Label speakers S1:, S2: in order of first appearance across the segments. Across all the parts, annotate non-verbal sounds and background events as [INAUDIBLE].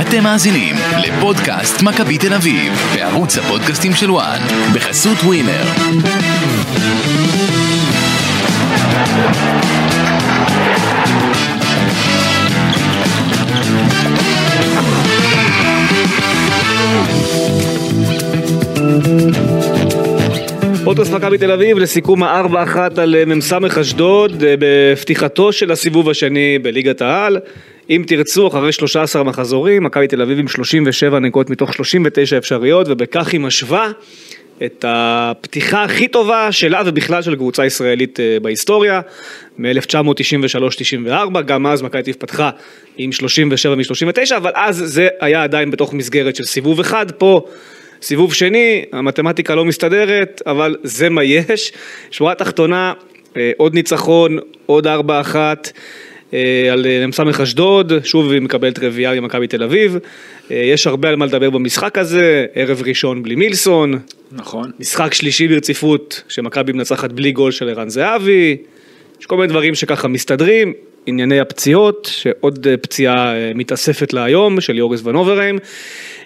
S1: אתם מאזינים לפודקאסט מכבי תל אביב, בערוץ הפודקאסטים של וואן, בחסות ווינר.
S2: פודקאסט מכבי תל אביב לסיכום הארבע אחת על אה, מ"ס אשדוד אה, בפתיחתו של הסיבוב השני בליגת העל. אם תרצו, אחרי 13 מחזורים, מכבי תל אביב עם 37 נקודות מתוך 39 אפשריות, ובכך היא משווה את הפתיחה הכי טובה שלה ובכלל של קבוצה ישראלית אה, בהיסטוריה, מ-1993-94, גם אז מכבי תל אביב פתחה עם 37 מ-39, אבל אז זה היה עדיין בתוך מסגרת של סיבוב אחד, פה... סיבוב שני, המתמטיקה לא מסתדרת, אבל זה מה יש. שורה תחתונה, אה, עוד ניצחון, עוד 4-1 אה, על אה, מ"ס אשדוד, שוב היא מקבלת רביעייה ממכבי תל אביב. אה, יש הרבה על מה לדבר במשחק הזה, ערב ראשון בלי מילסון,
S3: נכון.
S2: משחק שלישי ברציפות שמכבי מנצחת בלי גול של ערן זהבי, יש כל מיני דברים שככה מסתדרים, ענייני הפציעות, שעוד אה, פציעה אה, מתאספת להיום, של יוריס ונוברהיים,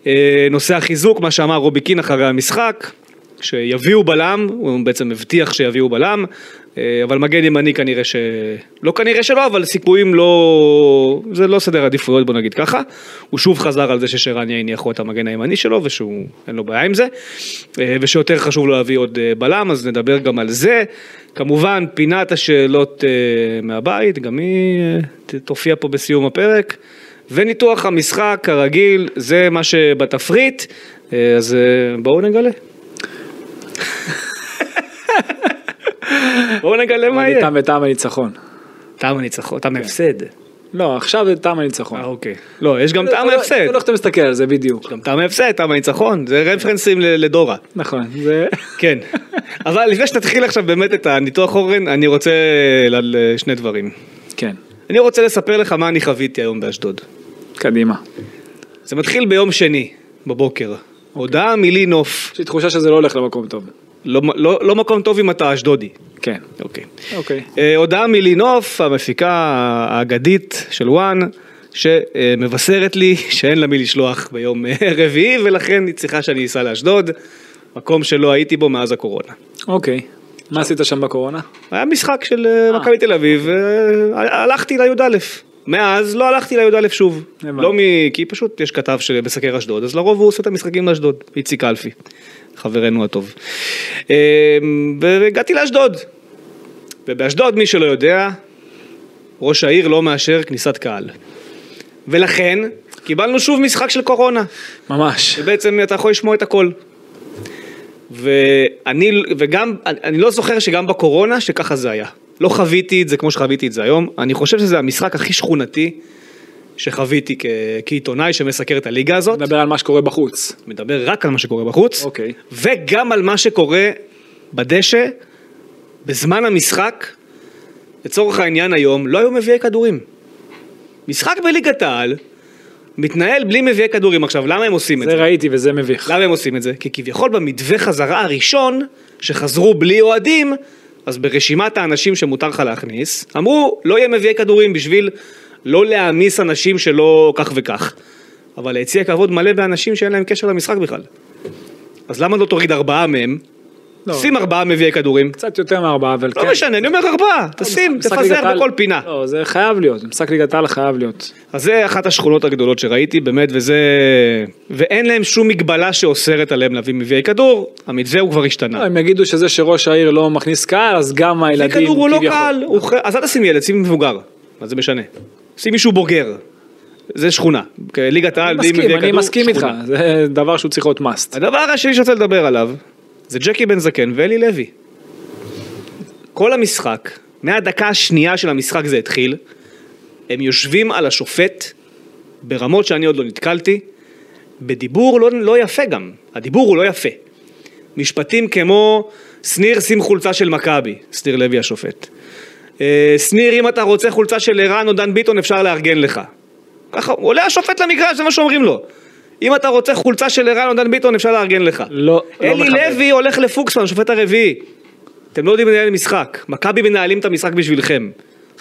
S2: אה, נושא החיזוק, מה שאמר רובי קין אחרי המשחק, שיביאו בלם, הוא בעצם הבטיח שיביאו בלם, אה, אבל מגן ימני כנראה ש... לא כנראה שלא, אבל סיכויים לא... זה לא סדר עדיפויות בוא נגיד ככה. הוא שוב חזר על זה ששרן יין יכול את המגן הימני שלו ושהוא אין לו בעיה עם זה. אה, ושיותר חשוב לו להביא עוד אה, בלם, אז נדבר גם על זה. כמובן, פינת השאלות אה, מהבית, גם היא אה, ת- תופיע פה בסיום הפרק. וניתוח המשחק כרגיל, זה מה שבתפריט, אה, אז אה, בואו נגלה. בואו נגלה מה
S3: אני
S2: אה, יהיה.
S3: תם וטעם הניצחון.
S2: טעם הניצחון, טעם ההפסד.
S3: לא, עכשיו זה טעם הניצחון.
S2: אה, אוקיי. לא, יש גם
S3: נכון. לא,
S2: טעם
S3: לא,
S2: ההפסד.
S3: לא איך אתה מסתכל על זה בדיוק.
S2: גם טעם ההפסד, טעם הניצחון, זה רפרנסים ל- לדורה.
S3: נכון, זה...
S2: [LAUGHS]
S3: [LAUGHS]
S2: כן. אבל לפני שתתחיל עכשיו באמת את הניתוח אורן, אני רוצה על שני דברים.
S3: כן,
S2: אני רוצה לספר לך מה אני חוויתי היום באשדוד.
S3: קדימה.
S2: זה מתחיל ביום שני, בבוקר. הודעה מלינוף,
S3: יש לי תחושה שזה לא הולך למקום טוב.
S2: לא, לא, לא מקום טוב אם אתה אשדודי.
S3: כן.
S2: אוקיי.
S3: אוקיי.
S2: אה, הודעה מלינוף, המפיקה האגדית של וואן, שמבשרת לי שאין לה מי לשלוח ביום אה, רביעי, ולכן היא צריכה שאני אסע לאשדוד, מקום שלא הייתי בו מאז הקורונה.
S3: אוקיי. מה עשית שם בקורונה?
S2: היה משחק של אה,
S3: אה.
S2: מכבי תל אביב, אה, הלכתי לי"א. מאז לא הלכתי לי"א שוב.
S3: הבנתי.
S2: לא מ... כי פשוט יש כתב שמסקר אשדוד, אז לרוב הוא עושה את המשחקים לאשדוד, איציק אלפי, חברנו הטוב. אה, והגעתי לאשדוד. ובאשדוד, מי שלא יודע, ראש העיר לא מאשר כניסת קהל. ולכן, קיבלנו שוב משחק של קורונה. [LAUGHS]
S3: ממש.
S2: שבעצם אתה יכול לשמוע את הכל. ואני, וגם, אני אני לא זוכר שגם בקורונה שככה זה היה. לא חוויתי את זה כמו שחוויתי את זה היום. אני חושב שזה המשחק הכי שכונתי שחוויתי כ- כעיתונאי שמסקר את הליגה הזאת.
S3: נדבר על מה שקורה בחוץ.
S2: מדבר רק על מה שקורה בחוץ,
S3: אוקיי.
S2: וגם על מה שקורה בדשא, בזמן המשחק. לצורך העניין היום, לא היו מביאי כדורים. משחק בליגת העל מתנהל בלי מביאי כדורים. עכשיו, למה הם עושים את זה?
S3: זה ראיתי וזה מביך.
S2: למה הם עושים את זה? כי כביכול במתווה חזרה הראשון, שחזרו בלי אוהדים, אז ברשימת האנשים שמותר לך להכניס, אמרו לא יהיה מביאי כדורים בשביל לא להעמיס אנשים שלא כך וכך. אבל היציע כבוד מלא באנשים שאין להם קשר למשחק בכלל. אז למה לא תוריד ארבעה מהם?
S3: לא.
S2: שים ארבעה מביאי כדורים.
S3: קצת יותר מארבעה, אבל כן.
S2: לא משנה, אני אומר ארבעה, תשים,
S3: משחק ליגת
S2: תפזר
S3: העל-
S2: בכל פינה.
S3: לא, זה חייב להיות. משחק ליגת העל חייב להיות.
S2: אז זה אחת השכונות הגדולות שראיתי, באמת, וזה... ואין להם שום מגבלה שאוסרת עליהם להביא מביאי כדור, המתווה הוא כבר השתנה.
S3: לא, הם יגידו שזה שראש העיר לא מכניס קהל, אז גם
S2: כי
S3: הילדים
S2: כדור הוא לא
S3: כביכול-
S2: קהל, הוא ח- אז אל תשים ילד, שים מבוגר, מה זה משנה? שים מישהו בוגר, זה שכונה, ליגת העל, בלי
S3: מסכים,
S2: מביאי
S3: אני
S2: כדור,
S3: מסכים איתך.
S2: שכונה.
S3: זה דבר שהוא צריך להיות must.
S2: הדבר השני שאני רוצה לדבר עליו, זה ג'קי בן זקן ואלי לוי. כל המשחק, מהדקה השנייה של המשחק זה התחיל, הם יושבים על השופט, ברמות שאני עוד לא נתקלתי, בדיבור לא, לא יפה גם, הדיבור הוא לא יפה. משפטים כמו, שניר שים חולצה של מכבי, שניר לוי השופט. אה, שניר אם אתה רוצה חולצה של ערן או דן ביטון אפשר לארגן לך. ככה, עולה השופט למגרש, זה מה שאומרים לו. אם אתה רוצה חולצה של ערן או דן ביטון אפשר לארגן לך.
S3: לא, לא
S2: אלי
S3: מכבד.
S2: לוי הולך לפוקסמן, השופט הרביעי. אתם לא יודעים לנהל משחק, מכבי מנהלים את המשחק בשבילכם.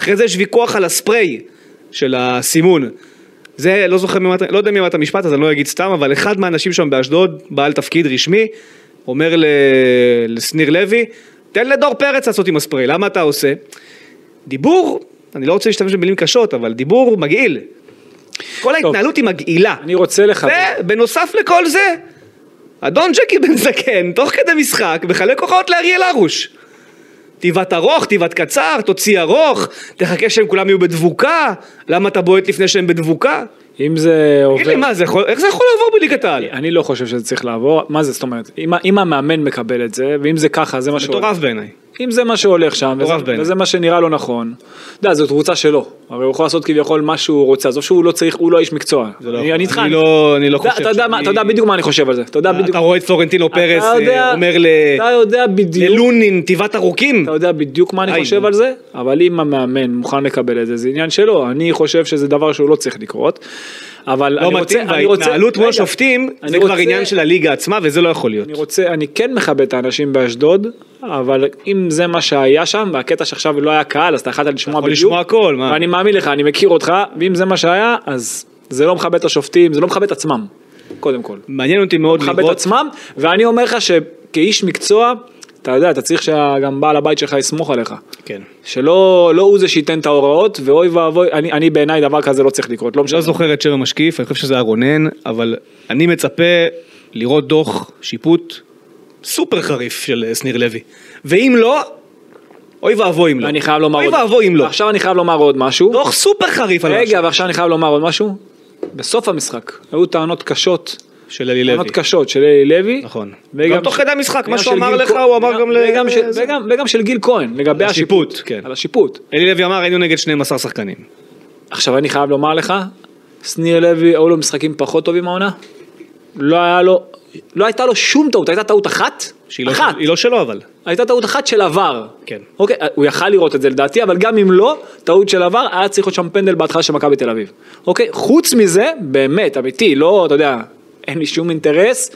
S2: אחרי זה יש ויכוח על הספרי של הסימון. זה, לא זוכר, ממה, לא יודע מי אמר את המשפט, אז אני לא אגיד סתם, אבל אחד מהאנשים שם באשדוד, בעל תפקיד רשמי, אומר ל... לשניר לוי, תן לדור פרץ לעשות עם הספרי, למה אתה עושה? דיבור, אני לא רוצה להשתמש במילים קשות, אבל דיבור מגעיל. כל ההתנהלות היא מגעילה.
S3: אני רוצה לך...
S2: ובנוסף לכל זה, אדון ג'קי בן זקן, תוך כדי משחק, מחלק כוחות לאריאל הרוש. תיבת ארוך, תיבת קצר, תוציא ארוך, תחכה שהם כולם יהיו בדבוקה, למה אתה בועט לפני שהם בדבוקה?
S3: אם זה עובר...
S2: תגיד לי, מה, זה יכול, איך זה יכול לעבור בליגת העל?
S3: אני לא חושב שזה צריך לעבור, מה זה זאת אומרת, אם, ה- אם המאמן מקבל את זה, ואם זה ככה, זה מה שהולך,
S2: מטורף בעיניי.
S3: אם זה מה שהולך שם, וזה,
S2: מטורף בעיניי.
S3: וזה מה שנראה לו נכון, אתה יודע, זו קבוצה שלו, הרי הוא יכול לעשות כביכול מה שהוא רוצה, עזוב שהוא לא צריך, הוא לא איש מקצוע,
S2: זה לא
S3: אני-
S2: יכול.
S3: אני איתך,
S2: אני לא- אני לא
S3: אתה-
S2: חושב
S3: אתה יודע
S2: שאני-
S3: מה- אתה יודע בדיוק מה אני חושב על זה, אתה יודע בדיוק,
S2: אתה רואה את פלורנטינו פרס
S3: אתה יודע-
S2: אה, אומר ל-
S3: אתה יודע בדיוק,
S2: ללונין תיבת ארוכים?
S3: אתה יודע בדיוק מה
S2: היי,
S3: אני חושב
S2: נו.
S3: על זה, אבל אם המאמן מוכן לקבל את זה, זה עניין שלו, אני חושב שזה דבר שהוא לא צריך לקרות, אבל
S2: לא
S3: אני רוצה,
S2: מתאים,
S3: אני רוצה,
S2: וההתנהלות מול
S3: רגע,
S2: השופטים
S3: אני
S2: זה כבר
S3: רוצה-
S2: עניין של הליגה עצמה וזה לא יכול להיות.
S3: אני רוצה, אני כן מכבד את האנשים באשדוד, אבל אם זה מה שהיה שם, והקטע שעכשיו לא היה קהל, אז אתה יכולת לשמוע
S2: יכול
S3: בדיוק.
S2: לשמוע הכל, מה?
S3: ואני מאמין לך, אני מכיר אותך, ואם זה מה שהיה, אז זה לא מכבד את השופטים, זה לא מכבד את עצמם, קודם כל.
S2: מעניין אותי מאוד
S3: מכבד את
S2: לראות
S3: עצמם, ואני אומר לך שכאיש מקצוע, אתה יודע, אתה צריך שגם בעל הבית שלך יסמוך עליך.
S2: כן.
S3: שלא לא הוא זה שייתן את ההוראות, ואוי ואבוי, אני, אני בעיניי דבר כזה לא צריך לקרות, לא משנה.
S2: לא זוכר את שם המשקיף, אני חושב שזה היה רונן, אבל אני מצפה לראות דוח שיפוט סופר חריף של אה, שניר לוי. ואם לא, אוי ואבוי אם לא.
S3: אני חייב לומר
S2: אוי
S3: עוד...
S2: ואבוי אם לא.
S3: עכשיו אני חייב לומר עוד משהו.
S2: דוח סופר חריף על
S3: רגע,
S2: משהו
S3: ועכשיו אני חייב לומר עוד משהו. בסוף המשחק היו טענות קשות,
S2: של אלי לוי.
S3: טענות קשות של אלי לוי.
S2: נכון.
S3: וגם
S2: גם תוך
S3: של-
S2: כדי המשחק,
S3: וגם
S2: מה שהוא
S3: של
S2: אמר
S3: גיל
S2: לך,
S3: כהן-
S2: הוא אמר גם ל-
S3: וגם של-
S2: זה.
S3: וגם- וגם של גיל כהן, לגבי
S2: על
S3: השיפוט.
S2: השיפוט, כן.
S3: על השיפוט.
S2: אלי לוי אמר, היינו נגד 12 שחקנים.
S3: עכשיו אני חייב לומר לך, שניר לוי היו לו משחקים פחות טובים העונה. לא היה לו, לא הייתה לו שום טעות, הייתה טעות אחת.
S2: שהיא לא-
S3: אחת.
S2: היא לא שלו אבל.
S3: הייתה טעות אחת של עבר.
S2: כן.
S3: אוקיי, הוא יכל לראות את זה לדעתי, אבל גם אם לא, טעות של עבר, היה צריך להיות שם פנדל בהתחלה של מכבי תל אביב. אוקיי, חוץ מזה, באמת, אמיתי, לא, אתה יודע, אין לי שום אינטרס,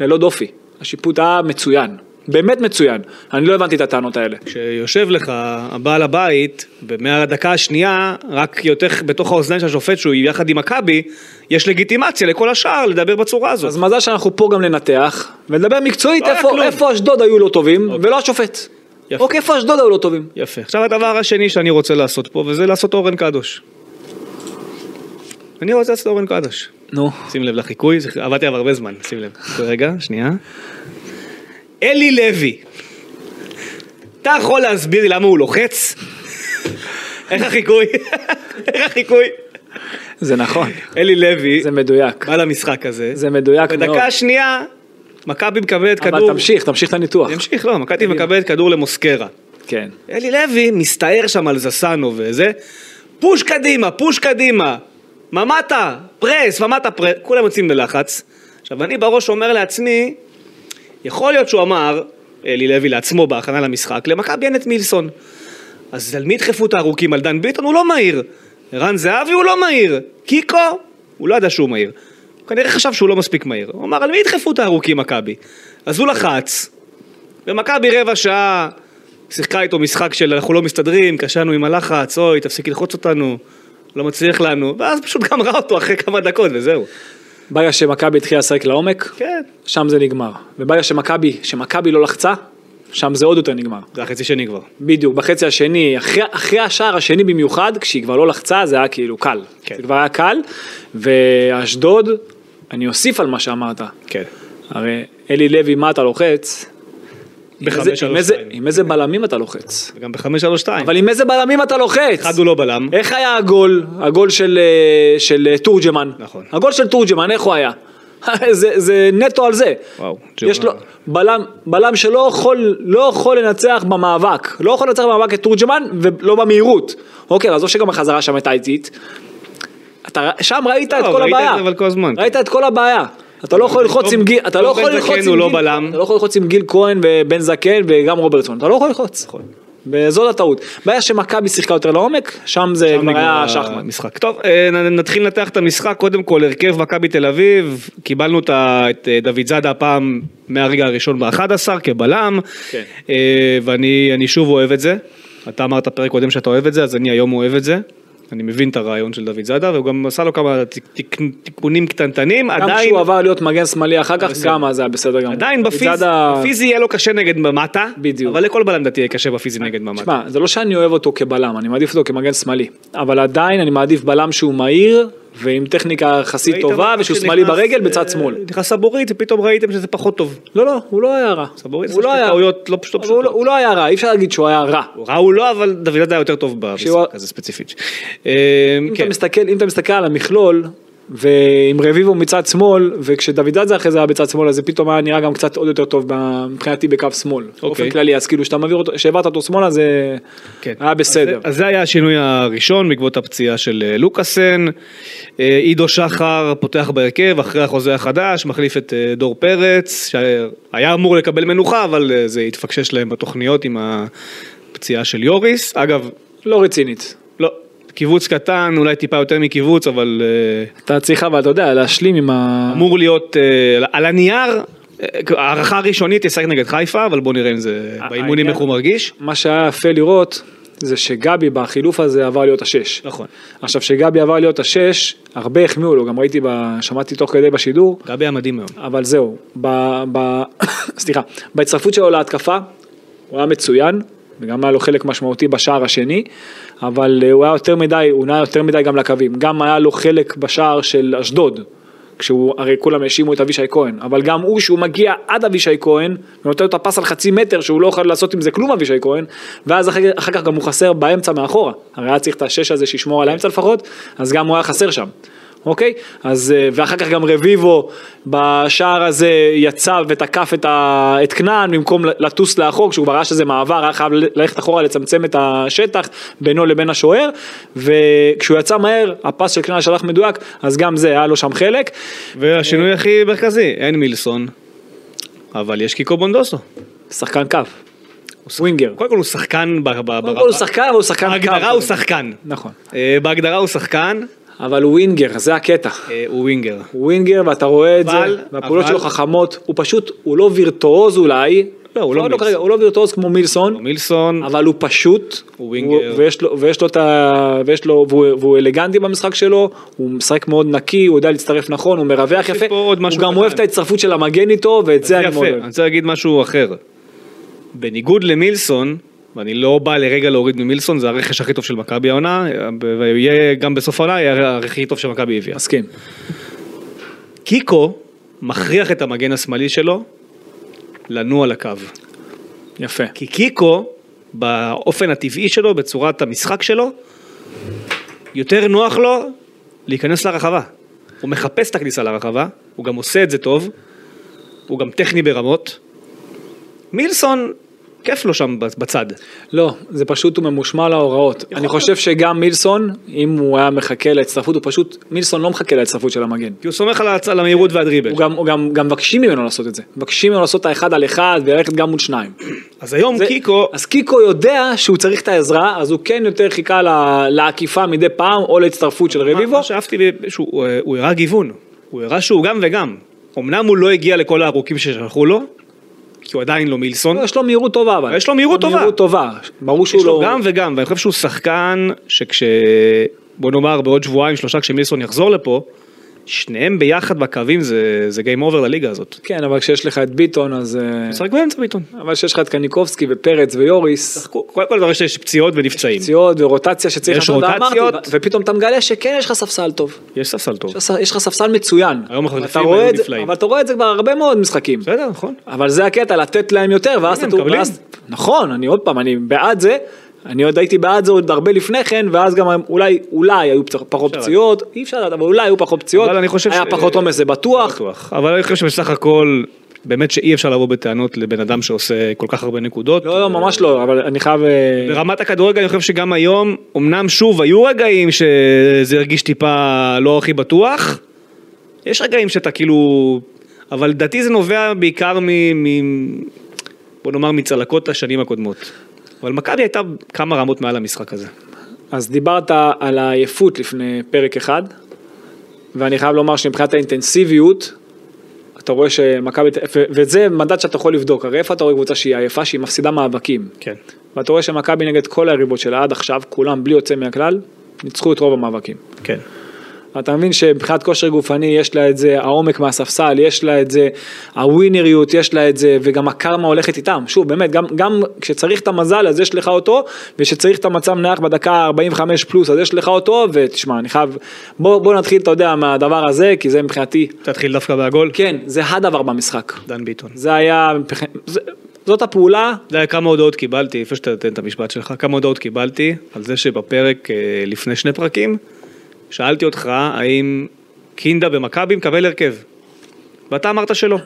S3: ללא דופי. השיפוט היה מצוין, באמת מצוין. אני לא הבנתי את הטענות האלה.
S2: כשיושב לך הבעל הבית, ומהדקה השנייה, רק יותר בתוך האוזניים של השופט שהוא יחד עם מכבי, יש לגיטימציה לכל השאר לדבר בצורה הזאת.
S3: אז מזל שאנחנו פה גם לנתח, ולדבר מקצועית
S2: לא היה
S3: איפה,
S2: כלום. אוקיי.
S3: איפה אשדוד היו לא טובים, ולא השופט.
S2: יפה.
S3: אוקיי, איפה אשדוד היו לא טובים.
S2: יפה. עכשיו הדבר השני שאני רוצה לעשות פה, וזה לעשות אורן קדוש. אני רוצה לעשות אורן קדוש.
S3: נו.
S2: שים לב לחיקוי, זה- עבדתי עליו הרבה זמן, שים לב. רגע, שנייה. אלי לוי, אתה יכול להסביר לי למה הוא לוחץ? [LAUGHS] איך החיקוי? [LAUGHS] איך החיקוי?
S3: זה
S2: [LAUGHS]
S3: נכון,
S2: אלי לוי,
S3: זה מדויק.
S2: בא למשחק הזה.
S3: זה מדויק מאוד.
S2: בדקה השנייה, מכבי מקבלת כדור.
S3: אבל תמשיך, תמשיך את הניתוח.
S2: תמשיך, לא, מכבי מקבלת כדור למוסקרה.
S3: כן.
S2: אלי לוי מסתער שם על זסנו וזה, פוש קדימה, פוש קדימה, ממטה, פרס, ממטה, פרס, כולם יוצאים בלחץ. עכשיו, אני בראש אומר לעצמי, יכול להיות שהוא אמר, אלי לוי לעצמו בהכנה למשחק, למכבי אין את מילסון. אז על מי ידחפו את הארוכים? על דן ביטון? הוא לא מהיר. ערן זהבי הוא לא מהיר. קיקו? הוא לא ידע שהוא מהיר. הוא כנראה חשב שהוא לא מספיק מהיר. הוא אמר, על מי ידחפו את הארוכים מכבי? אז הוא לחץ, ומכבי רבע שעה שיחקה איתו משחק של אנחנו לא מסתדרים, קשרנו עם הלחץ, אוי, תפסיק ללחוץ אותנו, לא מצליח לנו, ואז פשוט גמרה אותו אחרי כמה דקות וזהו.
S3: ברגע שמכבי התחילה לשחק לעומק,
S2: כן.
S3: שם זה נגמר. וברגע שמכבי, שמכבי לא לחצה, שם זה עוד יותר נגמר.
S2: זה החצי שני כבר.
S3: בדיוק, בחצי השני, אחרי, אחרי השער השני במיוחד, כשהיא כבר לא לחצה, זה היה כאילו קל.
S2: כן.
S3: זה כבר היה קל, ואשדוד, אני אוסיף על מה שאמרת.
S2: כן.
S3: הרי אלי לוי, מה אתה לוחץ? עם
S2: בחמש,
S3: איזה- עם
S2: שלוש,
S3: איזה-
S2: שתיים.
S3: עם איזה בלמים אתה לוחץ?
S2: וגם בחמש שלוש שתיים.
S3: אבל עם איזה בלמים אתה לוחץ?
S2: אחד הוא לא בלם.
S3: איך היה הגול, הגול של, אה, של אה, תורג'מן?
S2: נכון.
S3: הגול של תורג'מן, איך הוא היה? [LAUGHS] זה, זה נטו על זה.
S2: וואו,
S3: יש לו
S2: ג'ורנל.
S3: בלם, בלם שלא יכול, לא יכול לנצח במאבק. לא יכול לנצח במאבק את תורג'מן ולא במהירות. אוקיי, אז או שגם החזרה שם הייתה איטית. אתה, שם ראית את
S2: לא,
S3: כל
S2: ראית
S3: הבעיה.
S2: את זה אבל כל הזמן. כן.
S3: ראית את כל הבעיה. אתה לא יכול ללחוץ עם גיל, אתה לא
S2: טוב,
S3: יכול
S2: בן
S3: ללחוץ
S2: זקן
S3: עם
S2: הוא לא
S3: גיל-
S2: בלם.
S3: אתה לא יכול ללחוץ עם גיל כהן ובן זקן וגם רוברטסון, אתה לא יכול ללחוץ.
S2: נכון.
S3: וזאת הטעות. בעיה שמכבי שיחקה יותר לעומק, שם זה כבר היה שחמט.
S2: משחק. טוב, אה, נ- נתחיל לנתח את המשחק. קודם כל, הרכב מכבי תל אביב, קיבלנו את ה- את אה, דוד זאדה הפעם מהרגע הראשון ב-11 כבלם,
S3: כן.
S2: אה, ואני אני שוב אוהב את זה. אתה אמרת פרק קודם שאתה אוהב את זה, אז אני היום אוהב את זה. אני מבין את הרעיון של דוד זאדה, והוא גם עשה לו כמה תיק- תיק- תיקונים קטנטנים,
S3: גם
S2: עדיין,
S3: כשהוא עבר להיות מגן שמאלי אחר כך, גם אז היה בסדר גמור.
S2: עדיין בפיז,
S3: מצד ה-
S2: בפיזי יהיה לו קשה נגד ממטה,
S3: בדיוק.
S2: אבל לכל בלם דתי יהיה קשה בפיזי נגד ממטה.
S3: תשמע, זה לא שאני אוהב אותו כבלם, אני מעדיף אותו כמגן שמאלי. אבל עדיין אני מעדיף בלם שהוא מהיר, ועם טכניקה יחסית
S2: ראית
S3: טובה,
S2: אבל
S3: ושהוא
S2: כשנכנס,
S3: שמאלי ברגל בצד
S2: אה,
S3: שמאל.
S2: נכנס סבורית ופתאום ראיתם שזה פחות טוב.
S3: לא, לא, הוא לא היה רע.
S2: סבורית
S3: הוא
S2: עשה
S3: לא
S2: שתי
S3: היה...
S2: טעויות לא פשוט- לא
S3: אבל הוא לא-
S2: פשוטות.
S3: הוא לא היה רע, אי אפשר להגיד שהוא היה רע.
S2: הוא רע הוא לא, אבל דוד זאדה היה יותר טוב
S3: שהוא-
S2: במשחק הזה ספציפית. אה,
S3: אם, כן.
S2: כן.
S3: אתה מסתכל, אם אתה מסתכל על המכלול, ועם רביבו מצד שמאל, וכשדוידזה אחרי זה היה בצד שמאל, אז זה פתאום היה נראה גם קצת עוד יותר טוב ב- מבחינתי בקו שמאל.
S2: אוקיי.
S3: באופן כללי, אז כאילו כשאתה מעביר אותו, כשהעברת אותו שמאלה זה
S2: כן.
S3: היה אה, בסדר.
S2: אז, זה- אז זה היה השינוי הראשון בעקבות הפציעה של אה, לוקאסן. אה, עידו שחר פותח בהרכב אחרי החוזה החדש, מחליף את אה, דור פרץ, שהיה אמור לקבל מנוחה, אבל אה, זה התפקשש להם בתוכניות עם הפציעה של יוריס. אגב,
S3: לא רצינית.
S2: לא, קיבוץ קטן, אולי טיפה יותר מקיבוץ, אבל אה,
S3: אתה צריך אבל, אתה יודע, להשלים עם ה...
S2: אמור להיות, אה, על הנייר, אה, הערכה ראשונית ישחק נגד חיפה, אבל בוא נראה אם זה, באימונים
S3: העניין-
S2: איך הוא מרגיש.
S3: מה שהיה יפה לראות, זה שגבי בחילוף הזה עבר להיות השש.
S2: נכון.
S3: עכשיו, כשגבי עבר להיות השש, הרבה החמיאו לו, גם ראיתי, ב... שמעתי תוך כדי בשידור,
S2: גבי היה מדהים היום.
S3: אבל זהו, ב... ב... [COUGHS] סליחה, בהצטרפות שלו להתקפה, הוא היה מצוין, וגם היה לו חלק משמעותי בשער השני, אבל אה, הוא היה יותר מדי, הוא נע יותר מדי גם לקווים, גם היה לו חלק בשער של אשדוד. כשהוא, הרי כולם האשימו את אבישי כהן, אבל גם הוא שהוא מגיע עד אבישי כהן, ונותן לו את הפס על חצי מטר שהוא לא יכול לעשות עם זה כלום אבישי כהן, ואז אחר, אחר כך גם הוא חסר באמצע מאחורה, הרי היה צריך את השש הזה שישמור על האמצע לפחות, אז גם הוא היה חסר שם. אוקיי? אז, אה, ואחר כך גם רביבו בשער הזה יצא ותקף את, ה, את כנען במקום לטוס לאחור, כשהוא בראה שזה מעבר, היה חייב ללכת אחורה לצמצם את השטח בינו לבין השוער, וכשהוא יצא מהר, הפס של כנען שלח מדויק, אז גם זה, היה לו שם חלק. אה,
S2: והשינוי הכי מרכזי, אין מילסון, אבל יש קיקו בונדוסו.
S3: שחקן קו, ווינגר.
S2: קודם כל הוא שחקן ב- ב-
S3: קודם
S2: ברמה-
S3: כל הוא שחקן, אבל הוא שחקן קו.
S2: בהגדרה הוא שחקן.
S3: נכון.
S2: אה, בהגדרה הוא שחקן,
S3: אבל הוא ווינגר, זה הקטע.
S2: אה, הוא ווינגר.
S3: הוא ווינגר, ואתה רואה את
S2: אבל-
S3: זה, והפעולות
S2: אבל-
S3: שלו חכמות, הוא פשוט, הוא לא וירטואוז אולי.
S2: לא, הוא לא
S3: לפחות
S2: מילסון.
S3: כרגע, הוא לא וירטואוז כמו מילסון.
S2: מילסון,
S3: אבל הוא פשוט,
S2: הוא ווינגר.
S3: ויש לו, ויש לו את ה... ויש לו, והוא, והוא אלגנטי במשחק שלו, הוא משחק מאוד נקי, הוא יודע להצטרף נכון, הוא
S2: יש
S3: מרווח יפה,
S2: פה עוד משהו
S3: הוא גם
S2: קטן.
S3: אוהב את ההצטרפות של המגן איתו, ואת זה אני מאוד
S2: יפה,
S3: אוהב.
S2: אני רוצה להגיד משהו אחר. בניגוד למילסון, ואני לא בא לרגע להוריד ממילסון, זה הרכש הכי טוב של מכבי העונה, ויהיה גם בסוף העונה, יהיה הרכש הכי טוב שמכבי הביאה.
S3: מסכים.
S2: קיקו מכריח את המגן השמאלי שלו לנוע לקו.
S3: יפה.
S2: כי קיקו, באופן הטבעי שלו, בצורת המשחק שלו, יותר נוח לו להיכנס לרחבה. הוא מחפש את הכניסה לרחבה, הוא גם עושה את זה טוב, הוא גם טכני ברמות. מילסון, כיף לו שם בצד.
S3: לא, זה פשוט הוא ממושמע להוראות. אני חושב שגם מילסון, אם הוא היה מחכה להצטרפות, הוא פשוט, מילסון לא מחכה להצטרפות של המגן.
S2: כי הוא סומך על ההצ- על המהירות והדריבל.
S3: הוא גם, הוא גם, גם מבקשים ממנו לעשות את זה. מבקשים ממנו לעשות את האחד על אחד וללכת גם מול
S2: [CLEARS THROAT]
S3: שניים.
S2: אז היום
S3: זה-
S2: קיקו,
S3: אז קיקו יודע שהוא צריך את העזרה, אז הוא כן יותר חיכה ל- לעקיפה מדי פעם, או להצטרפות של
S2: מה- [CLEARS THROAT]
S3: רביבו.
S2: מה שאהבתי, ב- שהוא הוא, אה, הוא הראה גיוון. הוא הראה שהוא גם וגם. אמנם הוא לא הגיע לכל הארוכים ששלחו לו, כי הוא עדיין לא מילסון.
S3: לא, יש לו מהירות טובה אבל.
S2: יש לו מהירות טובה.
S3: מהירות טובה. ברור שהוא
S2: יש לו
S3: לא...
S2: גם וגם, ואני חושב שהוא שחקן שכש... בוא נאמר בעוד שבועיים שלושה כשמילסון יחזור לפה, שניהם ביחד בקווים זה, זה גיים אובר לליגה הזאת.
S3: כן, אבל כשיש לך את ביטון אז... אה,
S2: משחק באמצע ביטון.
S3: אבל כשיש לך את קניקובסקי ופרץ ויוריס,
S2: קודם כל דבר שיש פציעות ונפצעים.
S3: פציעות ורוטציה שצריך...
S2: יש
S3: לעשות, ואמרתי,
S2: רוטציות.
S3: ופתאום אתה מגלה שכן יש לך ספסל טוב.
S2: יש ספסל טוב.
S3: יש לך- יש לך ספסל מצוין.
S2: היום
S3: ואתה
S2: החלפים
S3: רואה
S2: היו
S3: את זה-
S2: נפלאים.
S3: אבל אתה רואה את זה כבר הרבה מאוד משחקים.
S2: בסדר, נכון.
S3: אבל זה הקטע, לתת להם יותר, ואז
S2: הנה,
S3: אתה...
S2: מקבלים.
S3: ואז- נכון, אני עוד פעם, אני בעד זה, אני עוד הייתי בעד זה עוד הרבה לפני כן, ואז גם הם- אולי, אולי היו פצ- פחות פציעות, אי אפשר לדעת, אבל אולי היו פחות פציעות,
S2: אבל אני חושב
S3: היה
S2: ש-
S3: פחות עומס, זה בטוח,
S2: בטוח. אבל אני חושב שבסך הכל, באמת שאי אפשר לבוא בטענות לבן אדם שעושה כל כך הרבה נקודות.
S3: לא, לא, ממש לא, אבל אני חייב... אה,
S2: כן. ברמת הכדורגל אני חושב שגם היום, אמנם שוב היו רגעים שזה הרגיש טיפה לא הכי בטוח, יש רגעים שאתה כאילו, אבל לדעתי זה נובע בעיקר מ... מ... בוא נאמר מצלקות השנים הקודמות. אבל מכבי הייתה כמה רמות מעל המשחק הזה.
S3: אז דיברת על העייפות לפני פרק אחד, ואני חייב לומר שמבחינת האינטנסיביות, אתה רואה שמכבי, ת- ו- וזה מדד שאתה יכול לבדוק, הרי איפה אתה רואה קבוצה שהיא עייפה, שהיא מפסידה מאבקים,
S2: כן.
S3: ואתה רואה שמכבי נגד כל היריבות שלה עד עכשיו, כולם בלי יוצא מהכלל, ניצחו את רוב המאבקים.
S4: כן.
S3: אתה מבין שמבחינת כושר גופני יש לה את זה, העומק מהספסל, יש לה את זה, הווינריות יש לה את זה, וגם הקרמה הולכת איתם. שוב, באמת, גם, גם כשצריך את המזל אז יש לך אותו, וכשצריך את המצב מנח בדקה 45 פלוס אז יש לך אותו, ותשמע, אני חייב, בוא, בוא נתחיל, אתה יודע, מהדבר הזה, כי זה מבחינתי,
S2: תתחיל דווקא בהגול,
S3: כן, זה הדבר במשחק.
S2: דן ביטון.
S3: זה היה, מבח- זה, זאת הפעולה,
S2: אתה יודע כמה הודעות קיבלתי, לפני שאתה תתן את המשפט שלך, כמה הודעות קיבלתי על זה שבפרק אה, לפני שני פרקים, שאלתי אותך האם קינדה במכבי מקבל הרכב, ואתה אמרת שלא.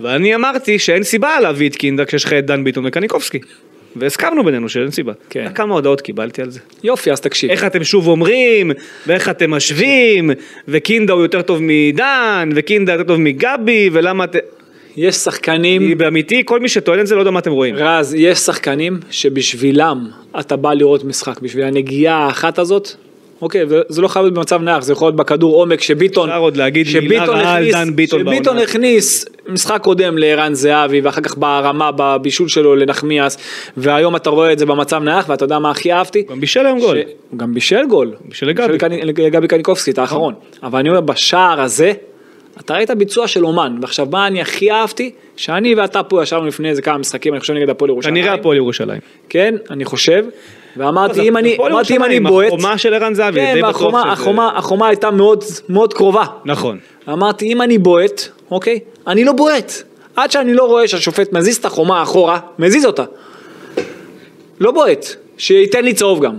S2: ואני אמרתי שאין סיבה להביא את קינדה כשיש לך את דן ביטון וקניקובסקי. והסכמנו בינינו שאין סיבה.
S3: כן.
S2: אתה יודע כמה הודעות קיבלתי על זה?
S3: יופי, אז תקשיב.
S2: איך אתם שוב אומרים, ואיך אתם משווים, וקינדה הוא יותר טוב מדן, וקינדה יותר טוב מגבי, ולמה אתם...
S3: יש שחקנים...
S2: כי באמיתי, כל מי שטוען את זה לא יודע מה אתם רואים.
S3: רז, יש שחקנים שבשבילם אתה בא לראות משחק, בשביל הנגיעה האחת הזאת. אוקיי, וזה לא חייב להיות במצב נח, זה יכול להיות בכדור עומק שביטון,
S2: אפשר עוד להגיד מילה
S3: שביטון
S2: רעה על
S3: הכניס,
S2: דן ביטון
S3: שביטון
S2: בעונה.
S3: הכניס משחק קודם לערן זהבי, ואחר כך בהרמה, בבישול שלו לנחמיאס, והיום אתה רואה את זה במצב נח, ואתה יודע מה הכי אהבתי?
S2: גם בישל היום גול.
S3: ש- הוא גם בישל גול.
S2: בישל לגבי. נכון.
S3: קני- לגבי קניקובסקי, את האחרון. אבל אני אומר, בשער הזה, אתה ראית ביצוע של אומן, ועכשיו מה אני הכי אהבתי? שאני ואתה פה ישבנו לפני איזה כמה משחקים, אני חושב נגד הפועל ירושלים.
S2: כנראה הפועל ירושלים.
S3: כן, אני חושב. ואמרתי, אם אני,
S2: הפועל
S3: אמרתי, אם אני
S2: ירושלים,
S3: בועט...
S2: החומה של ערן זהבי,
S3: כן,
S2: די בטוח
S3: והחומה-
S2: שזה-
S3: החומה- החומה הייתה מאוד- מאוד קרובה.
S2: נכון.
S3: אמרתי, אם אני בועט, אוקיי? אני לא בועט. עד שאני לא רואה שהשופט מזיז את החומה אחורה, מזיז אותה. לא בועט. שייתן לי צהוב גם.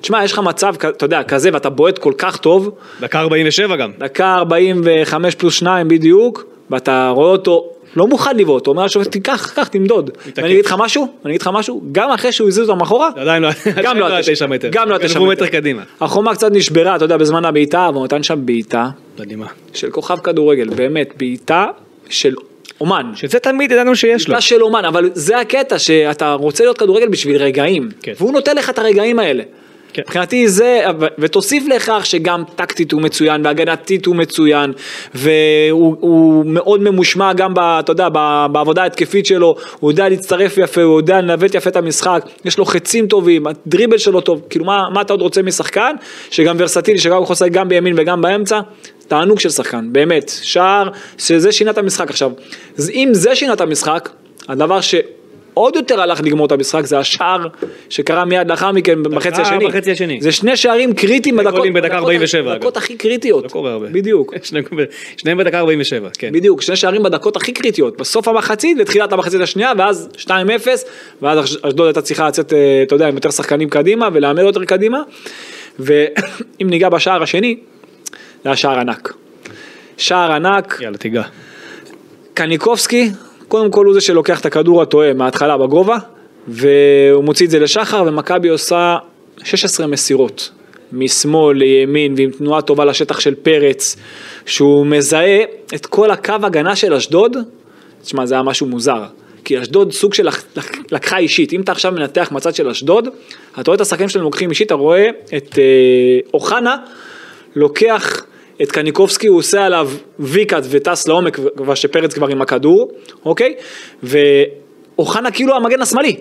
S3: תשמע, יש לך מצב, כ- אתה יודע, כזה, ואתה בועט כל כך טוב,
S2: דקה 47 גם.
S3: דקה 45 פלוס 2 בדיוק, ואתה רואה אותו לא מוכן לבעוט, הוא אומר לשופט, תיקח, קח, תמדוד. ואני אגיד לך משהו, אני אגיד לך משהו, גם אחרי שהוא הזיז אותם אחורה,
S2: זה עדיין לא
S3: [LAUGHS] גם
S2: [LAUGHS]
S3: לא
S2: עד
S3: עד
S2: 9 מטר.
S3: גם לא עד
S2: גנבו
S3: 9 מטר.
S2: מטר קדימה.
S3: החומה קצת נשברה, אתה יודע, בזמן הבעיטה, אבל הוא נתן שם בעיטה
S2: מדהימה.
S3: של כוכב כדורגל, באמת, בעיטה של אומן.
S2: שזה תמיד ידענו שיש לו. [LAUGHS]
S3: בעיטה של אומן, אבל זה הקטע, שאתה רוצה להיות כדורגל בשביל רגעים.
S2: כן.
S3: והוא נותן לך את הרגעים האלה.
S2: כן.
S3: מבחינתי זה, ו- ותוסיף לכך שגם טקטית הוא מצוין, והגנתית הוא מצוין, והוא הוא מאוד ממושמע גם, ב, אתה יודע, ב- בעבודה ההתקפית שלו, הוא יודע להצטרף יפה, הוא יודע לנווט יפה את המשחק, יש לו חצים טובים, הדריבל שלו טוב, כאילו מה, מה אתה עוד רוצה משחקן, שגם ורסטילי, שגם יכול לשחק גם בימין וגם באמצע, תענוג של שחקן, באמת, שער, שזה שינה את המשחק עכשיו. אז אם זה שינה את המשחק, הדבר ש... עוד יותר הלך לגמור את המשחק, זה השער שקרה מיד לאחר מכן בחצי השני.
S2: בחצי השני.
S3: זה שני שערים קריטיים בדקות,
S2: גולים בדקה
S3: בדקות-
S2: 47, אגב.
S3: בדקות הכי קריטיות.
S2: לא קורה הרבה.
S3: בדיוק,
S2: שניהם- שניהם בדקה 47, כן.
S3: בדיוק, שני שערים בדקות הכי קריטיות, בסוף המחצית ותחילת המחצית השנייה, ואז 2-0, ואז אש- אשדוד הייתה צריכה לצאת, אה, אתה יודע, עם יותר שחקנים קדימה ולהמר יותר קדימה, [COUGHS] ואם ניגע בשער השני, זה היה שער ענק. שער ענק,
S2: יאללה, תיגע.
S3: קניקובסקי, קודם כל הוא זה שלוקח את הכדור הטועה מההתחלה בגובה, והוא מוציא את זה לשחר, ומכבי עושה 16 מסירות, משמאל לימין, ועם תנועה טובה לשטח של פרץ, שהוא מזהה את כל הקו הגנה של אשדוד, תשמע, זה היה משהו מוזר. כי אשדוד סוג של לק- לק- לקחה אישית, אם אתה עכשיו מנתח מצד של אשדוד, אתה רואה את השחקנים שלהם לוקחים אישית, אתה רואה את אה, אוחנה לוקח את קניקובסקי, הוא עושה עליו וי כת וטס לעומק, כבר שפרץ כבר עם הכדור, אוקיי? ואוחנה כאילו המגן השמאלי.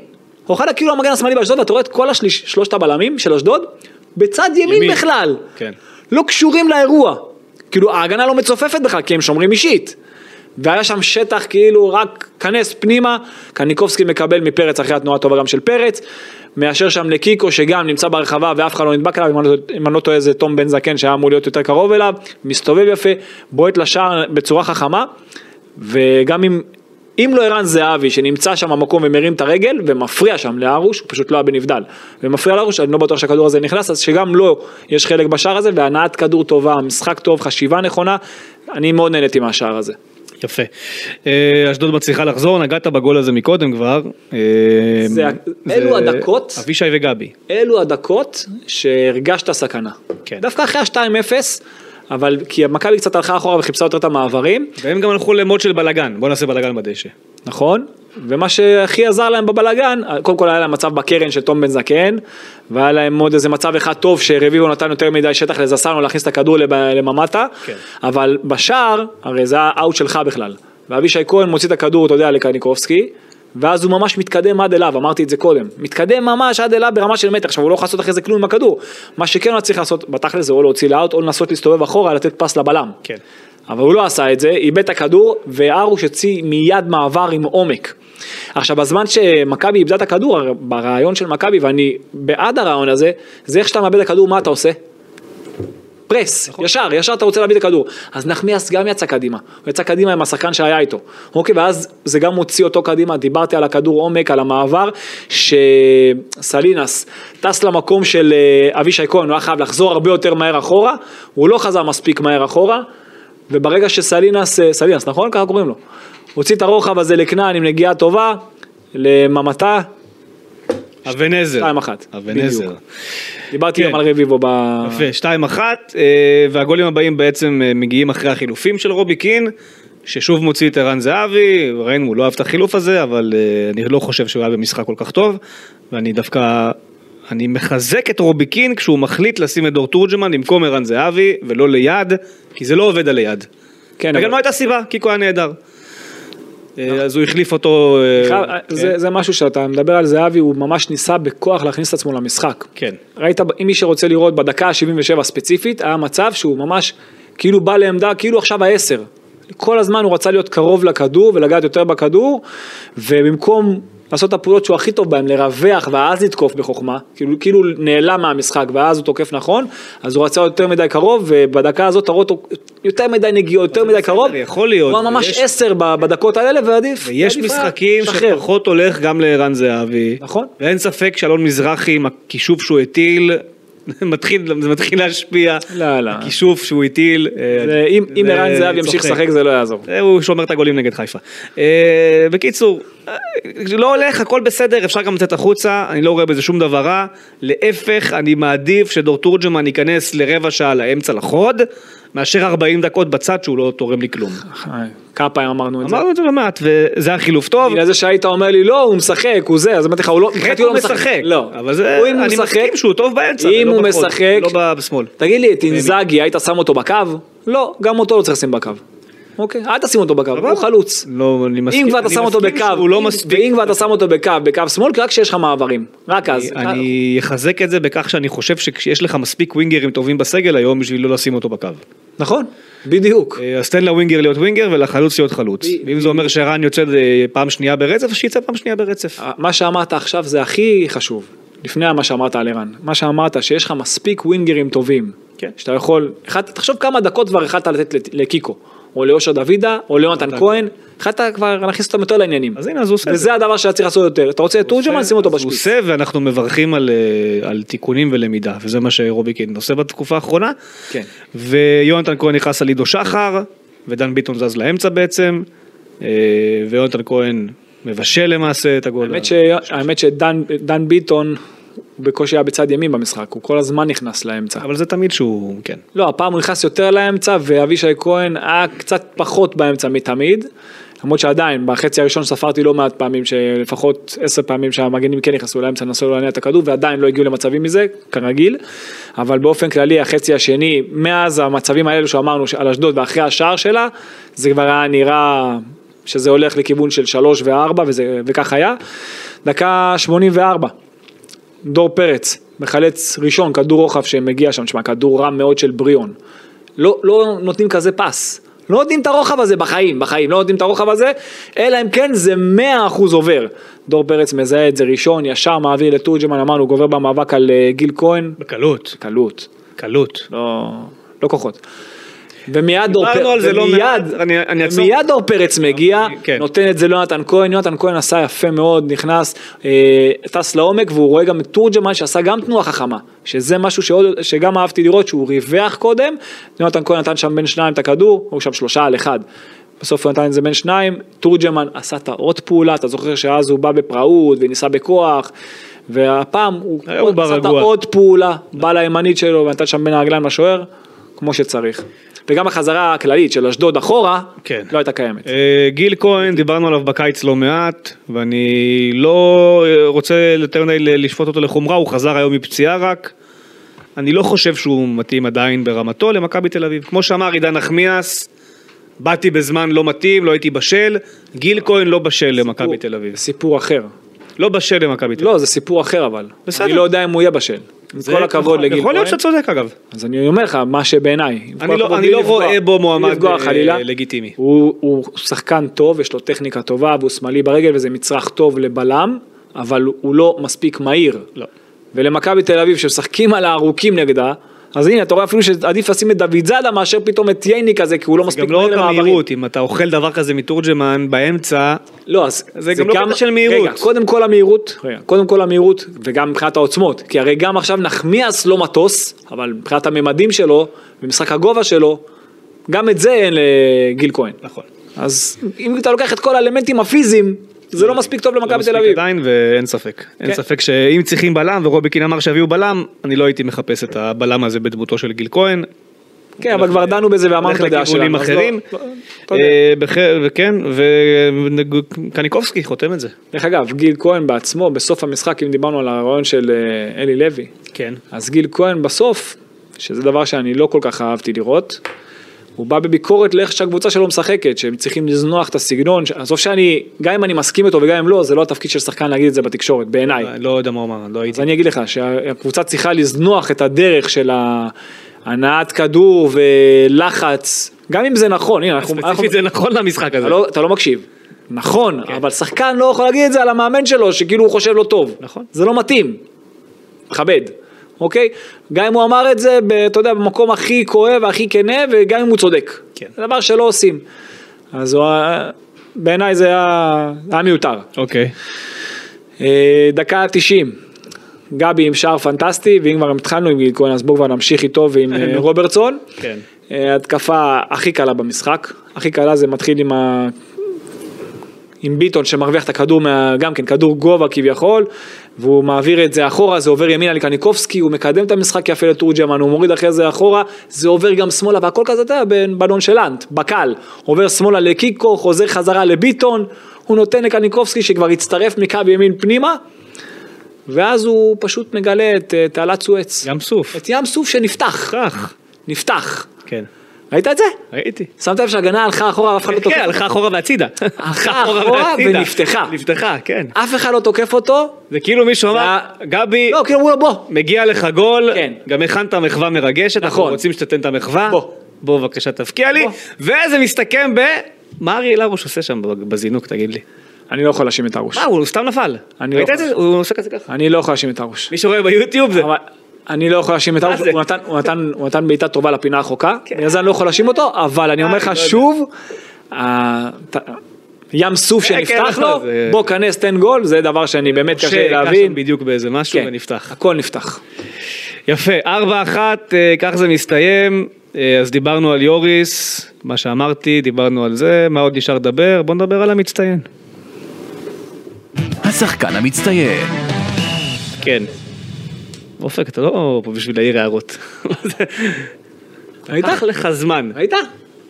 S3: אוחנה כאילו המגן השמאלי באשדוד, ואתה רואה את כל השליש, שלושת הבלמים של אשדוד, בצד ימין,
S2: ימין.
S3: ימין. בכלל.
S2: כן.
S3: לא קשורים לאירוע. כאילו ההגנה לא מצופפת בכלל, כי הם שומרים אישית. והיה שם שטח כאילו רק כנס פנימה, קניקובסקי מקבל מפרץ אחרי התנועה הטובה גם של פרץ, מאשר שם לקיקו שגם נמצא ברחבה ואף אחד לא נדבק עליו, אם אני לא- אם אני לא טועה זה תום בן זקן שהיה אמור להיות יותר קרוב אליו, מסתובב יפה, בועט לשער בצורה חכמה, וגם אם, אם לא ערן זהבי שנמצא שם במקום ומרים את הרגל ומפריע שם להרוש, הוא פשוט לא היה בנבדל, ומפריע להרוש, אני לא בטוח שהכדור הזה נכנס, אז שגם לו יש חלק בשער הזה, והנעת כדור טובה, משחק טוב, חשיבה נכונה, אני מאוד נהניתי מהשער הזה.
S2: יפה. אה, אשדוד מצליחה לחזור, נגעת בגול הזה מקודם כבר. אה,
S3: זה- אלו הדקות.
S2: אבישי וגבי.
S3: אלו הדקות שהרגשת סכנה.
S2: כן.
S3: דווקא אחרי ה-2-0, אבל כי מכבי קצת הלכה אחורה וחיפשה יותר את המעברים,
S2: והם גם הלכו למוד של בלאגן, בוא נעשה בלאגן בדשא.
S3: נכון? ומה שהכי עזר להם בבלגן, קודם כל היה להם מצב בקרן של תום בן זקן, והיה להם עוד איזה מצב אחד טוב שרביבו נתן יותר מדי שטח לזסנו להכניס את הכדור לב- לממטה,
S2: כן.
S3: אבל בשער, הרי זה היה אאוט שלך בכלל, ואבישי כהן מוציא את הכדור, אתה יודע, לקניקובסקי, ואז הוא ממש מתקדם עד אליו, אמרתי את זה קודם. מתקדם ממש עד אליו ברמה של מטר, עכשיו הוא לא יכול לעשות אחרי זה כלום עם הכדור. מה שכן הוא היה צריך לעשות בתכל'ס זה או להוציא לאאוט או לנסות להסתובב אחורה, לתת פס לבלם.
S2: כן.
S3: אבל הוא לא עשה את זה, איבד את הכדור, והרוש הוציא מיד מעבר עם עומק. עכשיו, בזמן שמכבי איבדה את הכדור, הרי ברעיון של מכבי, ואני בעד הרעיון הזה, זה איך שאתה מאבד את הכדור, מה אתה עושה? פרס,
S2: נכון.
S3: ישר, ישר אתה רוצה להביא את הכדור. אז נחמיאס גם יצא קדימה, הוא יצא קדימה עם השחקן שהיה איתו. אוקיי, ואז זה גם הוציא אותו קדימה, דיברתי על הכדור עומק, על המעבר, שסלינס טס למקום של אה, אבישי כהן, הוא היה חייב לחזור הרבה יותר מהר אחורה, הוא לא חזר מספיק מהר אחורה, וברגע שסלינס, אה, סלינס, נכון? ככה קוראים לו. הוציא את הרוחב הזה לכנען עם נגיעה טובה, לממתה,
S2: אבנזר.
S3: 2-1.
S2: אבנזר.
S3: בדיוק. דיברתי
S2: כן.
S3: גם על רביבו ב...
S2: יפה, 2-1, והגולים הבאים בעצם אה, מגיעים אחרי החילופים של רובי קין, ששוב מוציא את ערן זהבי, ראינו, הוא לא אהב את החילוף הזה, אבל אה, אני לא חושב שהוא היה במשחק כל כך טוב, ואני דווקא, אני מחזק את רובי קין כשהוא מחליט לשים את דור תורג'מן במקום ערן זהבי, ולא ליד, כי זה לא עובד על ליד.
S3: כן,
S2: וגם
S3: אבל-
S2: לא הייתה סיבה, קיקו היה נהדר. אה, אז הוא החליף אותו... אה,
S3: חייב-
S2: כן.
S3: זה, זה משהו שאתה מדבר על זהבי, הוא ממש ניסה בכוח להכניס את עצמו למשחק.
S2: כן.
S3: ראית, אם מי שרוצה לראות, בדקה ה-77 ספציפית, היה מצב שהוא ממש כאילו בא לעמדה, כאילו עכשיו העשר. כל הזמן הוא רצה להיות קרוב לכדור ולגעת יותר בכדור, ובמקום לעשות את הפעולות שהוא הכי טוב בהן, לרווח ואז לתקוף בחוכמה, כאילו, כאילו נעלם מהמשחק ואז הוא תוקף נכון, אז הוא רצה יותר מדי קרוב, ובדקה הזאת אתה רואה אותו יותר מדי נגיעות, יותר מדי קרוב,
S2: יכול להיות,
S3: הוא היה ממש
S2: ויש-
S3: עשר ב- בדקות האלה, ועדיף,
S2: ויש
S3: עדיף היה
S2: משחקים
S3: לשחרר.
S2: שפחות הולך גם לערן זהבי.
S3: נכון.
S2: ואין ספק שאלון מזרחי עם הכישוף שהוא הטיל, [LAUGHS] מתחיל, זה מתחיל להשפיע.
S3: לא, לא.
S2: הכישוף שהוא הטיל. אה,
S3: זה- אם אם
S2: זה-
S3: ערן זהב ימשיך
S2: צוחק.
S3: לשחק זה לא יעזור.
S2: זה הוא שומר את הגולים נגד חיפה. אה, בקיצור, אה, לא הולך, הכל בסדר, אפשר גם לצאת החוצה, אני לא רואה בזה שום דבר רע. להפך, אני מעדיף שדור תורג'מן ייכנס לרבע שעה לאמצע לחוד, מאשר 40 דקות בצד שהוא לא תורם לי
S3: [LAUGHS]
S2: כלום.
S3: אה, כמה פעמים אמרנו את זה.
S2: אמרנו את זה לא מעט, וזה היה חילוף טוב.
S3: בגלל זה שהיית אומר לי לא הוא משחק הוא זה אז אמרתי לך הוא לא
S2: חטא
S3: מבחינתי
S2: הוא
S3: לא
S2: משחק,
S3: לא
S2: אבל זה,
S3: הוא אם הוא
S2: אני
S3: משחק
S2: מסכים שהוא טוב באמצע,
S3: אם
S2: ולא
S3: הוא
S2: בחוד,
S3: משחק
S2: לא בשמאל.
S3: תגיד לי את אינזאגי היית שם אותו בקו לא גם אותו לא צריך לשים בקו. אוקיי אל תשים אותו בקו הוא חלוץ.
S2: לא, אני מסכים.
S3: אם כבר אתה
S2: אני
S3: שם אותו
S2: מסכים
S3: בקו,
S2: שהוא לא
S3: אם-
S2: מספיק.
S3: ואם כבר אתה שם אותו בקו, בקו שמאל, רק כשיש לך מעברים, רק אז.
S2: אני אחזק את זה בכך שאני חושב שכשיש לך מספיק ווינגרים טובים בסגל היום בשביל לא לשים אותו בקו.
S3: נכון, בדיוק.
S2: אה, אז תן לווינגר להיות ווינגר ולחלוץ להיות חלוץ.
S3: ב-
S2: ואם זה אומר שערן יוצא אה, פעם שנייה ברצף, אז שיצא פעם שנייה ברצף.
S3: מה שאמרת עכשיו זה הכי חשוב, לפני מה שאמרת על ערן. מה שאמרת, שיש לך מספיק ווינגרים טובים.
S2: כן.
S3: שאתה יכול, אחד, תחשוב כמה דקות כבר יכלת לתת לת- לקיקו, או לאושר דוידה, או ליונתן כהן, יכלת כבר להכניס אותם יותר לעניינים.
S2: אז הנה, אז הוא עושה את זה.
S3: וזה הדבר שאתה צריך לעשות יותר. אתה רוצה את תורג'מן, שים אותו
S2: אז הוא
S3: בשפיץ.
S2: עושה ואנחנו מברכים על, אה, על תיקונים ולמידה וזה מה שרובי קין עושה בתקופה האחרונה.
S3: כן.
S2: ויונתן כהן נכנס על עידו שחר ודן ביטון זז לאמצע בעצם אה, ויונתן כהן מבשל למעשה את הגול.
S3: האמת, ש... האמת שדן דן ביטון, הוא בקושי היה בצד ימין במשחק, הוא כל הזמן נכנס לאמצע.
S2: אבל זה תמיד שהוא כן.
S3: לא, הפעם הוא נכנס יותר לאמצע, ואבישי כהן היה קצת פחות באמצע מתמיד. למרות שעדיין, בחצי הראשון ספרתי לא מעט פעמים, שלפחות עשר פעמים שהמגנים כן נכנסו לאמצע, נסו להניע את הכדור, ועדיין לא הגיעו למצבים מזה, כרגיל. אבל באופן כללי, החצי השני, מאז המצבים האלו שאמרנו על אשדוד ואחרי השער שלה, זה כבר היה נראה שזה הולך לכיוון של שלוש וארבע, וזה- וכך היה. דקה 84, דור פרץ, מחלץ ראשון, כדור רוחב שמגיע שם, שמע, כדור רע מאוד של בריאון. לא, לא נותנים כזה פס. לא נותנים את הרוחב הזה בחיים, בחיים, לא נותנים את הרוחב הזה, אלא אם כן זה 100% עובר. דור פרץ מזהה את זה ראשון, ישר מעביר לתורג'מן, אמרנו, גובר במאבק על אה, גיל כהן,
S2: בקלות,
S3: קלות,
S2: קלות.
S3: לא, לא כוחות. ומיד דור,
S2: דיברנו על
S3: פר...
S2: זה לא מעט,
S3: ומיד,
S2: אני- אני אעצור.
S3: ומיד דור פרץ מגיע,
S2: כן.
S3: נותן את זה ליונתן כהן, יונתן כהן עשה יפה מאוד, נכנס, אה, טס לעומק, והוא רואה גם את תורג'מן שעשה גם תנועה חכמה, שזה משהו שעוד, שגם אהבתי לראות, שהוא ריווח קודם, יונתן כהן נתן שם בין שניים את הכדור, הוא שם שלושה על אחד. בסוף הוא נתן את זה בין שניים, תורג'מן עשה את העוד פעולה, אתה זוכר שאז הוא בא בפראות וניסה בכוח, והפעם הוא,
S2: היום הוא בא
S3: עשה את
S2: רגוע.
S3: העוד פעולה, בא לימנית שלו ונתן שם בין הרגליים לשוער, כמו שצריך. וגם החזרה הכללית של אשדוד אחורה,
S2: כן.
S3: לא הייתה קיימת.
S2: אה, גיל כהן, דיברנו עליו בקיץ לא מעט, ואני לא אה, רוצה יותר מדי ל- לשפוט אותו לחומרה, הוא חזר היום מפציעה רק. אני לא חושב שהוא מתאים עדיין ברמתו למכבי תל אביב. כמו שאמר עידן נחמיאס, באתי בזמן לא מתאים, לא הייתי בשל, גיל כהן לא בשל למכבי תל אביב.
S3: סיפור אחר.
S2: לא בשל למכבי תל אביב.
S3: לא, זה סיפור אחר אבל.
S2: בסדר.
S3: אני לא יודע אם הוא יהיה בשל. עם
S2: זה-
S3: לא, כל הכבוד
S2: יכול-
S3: לגיל
S2: יכול להיות
S3: כהן.
S2: שאתה צודק אגב.
S3: אז אני אומר לך, מה שבעיניי. עם כל
S2: אני לא-
S3: הכבוד,
S2: אני
S3: בלי
S2: לא
S3: לפגוע-
S2: רואה בו
S3: בלי
S2: מועמד,
S3: לפגוע,
S2: אה,
S3: חלילה.
S2: לגיטימי.
S3: הוא הוא שחקן טוב, יש לו טכניקה טובה, והוא שמאלי ברגל, וזה מצרך טוב לבלם, אבל הוא לא מספיק מהיר.
S2: לא.
S3: ולמכבי תל אביב, שמשחקים על הארוכים נגדה, אז הנה, אתה רואה אפילו שעדיף לשים את דוד זאדה מאשר פתאום את ייני כזה, כי הוא לא מספיק
S2: גם לא
S3: מהיר
S2: רק
S3: למעברים.
S2: המהירות, אם אתה אוכל דבר כזה מתורג'מן באמצע,
S3: לא, אז
S2: זה גם לא קטע של מהירות.
S3: רגע, קודם כל המהירות, רגע, קודם כל המהירות, וגם מבחינת העוצמות, כי הרי גם עכשיו נחמיאס לא מטוס, אבל מבחינת הממדים שלו, ומשחק הגובה שלו, גם את זה אין לגיל כהן.
S2: נכון.
S3: אז אם אתה לוקח את כל האלמנטים הפיזיים, זה לא מספיק טוב
S2: לא
S3: למכבי
S2: מספיק
S3: תל אביב.
S2: עדיין ואין ספק. אין
S3: כן.
S2: ספק שאם צריכים בלם ורוביקין אמר שיביאו בלם, אני לא הייתי מחפש את הבלם הזה בדמותו של גיל כהן.
S3: כן, אבל כבר דנו בזה ואמרנו
S2: נכון. הולך
S3: את הדעה
S2: לכיוונים
S3: שלנו. אז לא-
S2: אחרים.
S3: לא- אתה יודע.
S2: אה, בח- וכן, וקניקובסקי חותם את זה.
S3: דרך אגב, גיל כהן בעצמו, בסוף המשחק, אם דיברנו על הרעיון של אה, אלי לוי,
S2: כן.
S3: אז גיל כהן בסוף, שזה דבר שאני לא כל כך אהבתי לראות, הוא בא בביקורת לאיך שהקבוצה שלו משחקת, שהם צריכים לזנוח את הסגנון, ש- עזוב שאני, גם אם אני מסכים איתו וגם אם לא, זה לא התפקיד של שחקן להגיד את זה בתקשורת, בעיניי.
S2: לא יודע מה הוא אמר, לא הייתי.
S3: אז אני אגיד לך שהקבוצה צריכה לזנוח את הדרך של הנעת כדור ולחץ, גם אם זה נכון, הנה, אנחנו... אנחנו-
S2: ספציפית זה נכון למשחק הזה.
S3: אתה לא- אתה לא מקשיב. נכון,
S2: כן.
S3: אבל שחקן לא יכול להגיד את זה על המאמן שלו, שכאילו הוא חושב לא טוב.
S2: נכון.
S3: זה לא מתאים. מכבד, אוקיי? גם אם הוא אמר את זה, ב- אתה יודע, במקום הכי כואב והכי כנה, וגם אם הוא צודק.
S2: כן.
S3: זה דבר שלא עושים. אז הוא היה- בעיניי זה היה, היה מיותר.
S2: אוקיי.
S3: אה, דקה 90. גבי עם שער פנטסטי, ואם כבר התחלנו עם גיל כהן, אז בואו כבר נמשיך איתו
S2: [LAUGHS]
S3: ועם אה, רוברטסון.
S2: כן.
S3: אה, התקפה הכי קלה במשחק, הכי קלה זה מתחיל עם, ה... עם ביטון שמרוויח את הכדור, מה... גם כן כדור גובה כביכול, והוא מעביר את זה אחורה, זה עובר ימינה לקניקובסקי, הוא מקדם את המשחק יפה לתורג'מן, הוא מוריד אחרי זה אחורה, זה עובר גם שמאלה, והכל כזה, אתה יודע, בנונשלנט, בקל, עובר שמאלה לקיקו, חוזר חזרה לביטון, הוא נותן לקניקובסקי שכבר הצטרף מקו ימין פנימה, ואז הוא פשוט מגלה את אה, תעלת סואץ.
S2: ים סוף.
S3: את ים סוף שנפתח,
S2: כך.
S3: נפתח.
S2: כן.
S3: ראית את זה?
S2: ראיתי.
S3: שמת לב שההגנה הלכה אחורה, אף אחד לא
S2: כן,
S3: תוקף.
S2: הלכה אחורה והצידה.
S3: אחורה
S2: והצידה.
S3: ונפתחה.
S2: נפתחה, כן.
S3: אף אחד לא תוקף אותו.
S2: זה כאילו מישהו אמר,
S3: זה-
S2: גבי,
S3: לא, כאילו אמרו לו בוא.
S2: מגיע לך גול,
S3: כן.
S2: גם הכנת מחווה מרגשת, אנחנו
S3: נכון.
S2: רוצים שתתן את המחווה,
S3: בוא.
S2: בוא בבקשה תבקיע לי,
S3: בוא.
S2: וזה מסתכם ב... מה אריאל הרוש עושה שם בזינוק, תגיד לי?
S3: אני לא יכול להאשים את הרוש.
S2: מה, הוא סתם נפל.
S3: אני
S2: ראית
S3: לא
S2: את זה?
S3: יכול.
S2: הוא עושה כזה ככה.
S3: אני לא יכול להאשים את הרוש.
S2: מי שרואה ביוטיוב זה...
S3: אבל אני לא יכול להאשים את הרוש,
S2: זה?
S3: הוא נתן- הוא נתן- הוא נתן בעיטה טובה לפינה הרחוקה,
S2: כן.
S3: בגלל זה אני לא יכול להאשים אותו, אבל אני אומר
S2: אני לא
S3: לך
S2: יודע.
S3: שוב, ה- ת- ים סוף
S2: כן,
S3: שנפתח
S2: כן,
S3: לו,
S2: זה-
S3: בוא כנס תן גול, זה דבר שאני באמת קשה
S2: שהכה שם
S3: להבין.
S2: בדיוק באיזה משהו
S3: כן,
S2: ונפתח.
S3: הכל נפתח.
S2: יפה, 4-1, אה, כך זה מסתיים. אה, אז דיברנו על יוריס, מה שאמרתי, דיברנו על זה, מה עוד נשאר לדבר? בוא נדבר על המצטיין.
S1: השחקן המצטיין.
S2: כן. אופק, אתה לא פה בשביל להעיר
S3: [LAUGHS]
S2: הערות. [LAUGHS]
S3: ראית?
S2: קח לך זמן.
S3: ראית?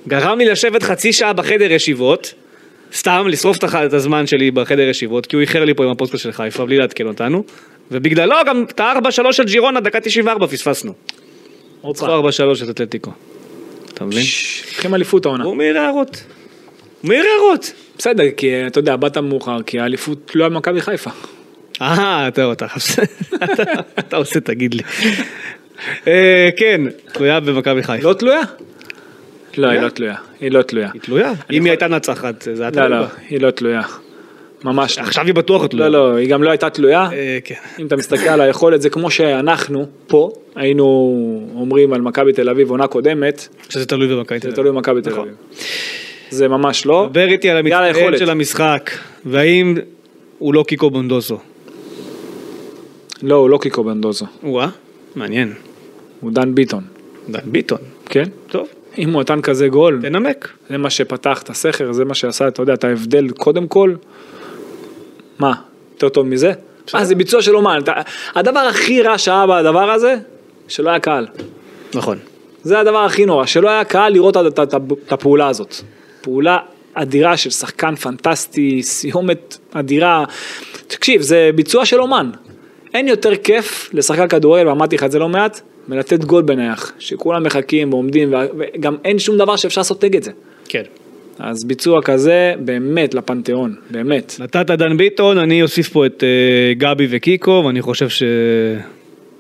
S2: גרם לי לשבת חצי שעה בחדר ישיבות, סתם לשרוף את הח- את הזמן שלי בחדר ישיבות, כי הוא איחר לי פה עם הפודקאסט של חיפה בלי לעדכן אותנו, ובגללו גם את ה-4-3 של ג'ירונה, דקה 94 פספסנו. ניצחו 4-3 את אתלטיקו. אתה מבין?
S3: לוקחים אליפות העונה.
S2: הוא מעיר הערות. הוא מעיר הערות.
S3: בסדר, כי אה, אתה יודע, באת מאוחר, כי האליפות לא על מכבי חיפה.
S2: אה, טוב, אתה אתה- אתה עושה, תגיד לי. אה, כן, תלויה במכבי חיפה.
S3: לא תלויה? לא, היא לא תלויה. היא לא תלויה.
S2: היא תלויה. אם היא הייתה נצחת, זה היה
S3: לא,
S2: תלוי
S3: לא,
S2: בה.
S3: היא לא תלויה. ממש לא.
S2: עכשיו היא בטוח תלויה.
S3: לא, לא, היא גם לא הייתה תלויה.
S2: אה, כן.
S3: אם אתה מסתכל על היכולת, זה כמו שאנחנו פה היינו אומרים על מכבי תל אביב עונה קודמת,
S2: שזה תלוי במכבי תל
S3: זה
S2: אביב.
S3: תלוי במכבי תל
S2: נכון.
S3: אביב. זה ממש לא.
S2: דבר איתי על
S3: בגלל
S2: המצטיין
S3: היכולת.
S2: של המשחק, והאם הוא לא קיקו בונדוזו.
S3: לא, הוא לא קיקו בנדוזו,
S2: וואה, מעניין.
S3: הוא דן ביטון,
S2: דן ביטון.
S3: כן?
S2: טוב,
S3: אם הוא נתן כזה גול,
S2: תנמק.
S3: זה מה שפתח את הסכר, זה מה שעשה, אתה יודע, את ההבדל קודם כל. מה, יותר טוב מזה? מה, זה ביצוע של אומן. אתה- הדבר הכי רע שהיה בדבר הזה, שלא היה קהל.
S2: נכון.
S3: זה הדבר הכי נורא, שלא היה קהל לראות את- את- את הפעולה הזאת. פעולה אדירה של שחקן פנטסטי, סיומת אדירה. תקשיב, זה ביצוע של אומן. אין יותר כיף לשחקן כדורגל, ואמרתי לך את זה לא מעט, מלתת גול בנייח, שכולם מחכים ועומדים, ו- וגם אין שום דבר שאפשר לעשות נגד זה.
S2: כן.
S3: אז ביצוע כזה באמת לפנתיאון, באמת.
S2: נתת דן ביטון, אני אוסיף פה את אה, גבי וקיקו, ואני חושב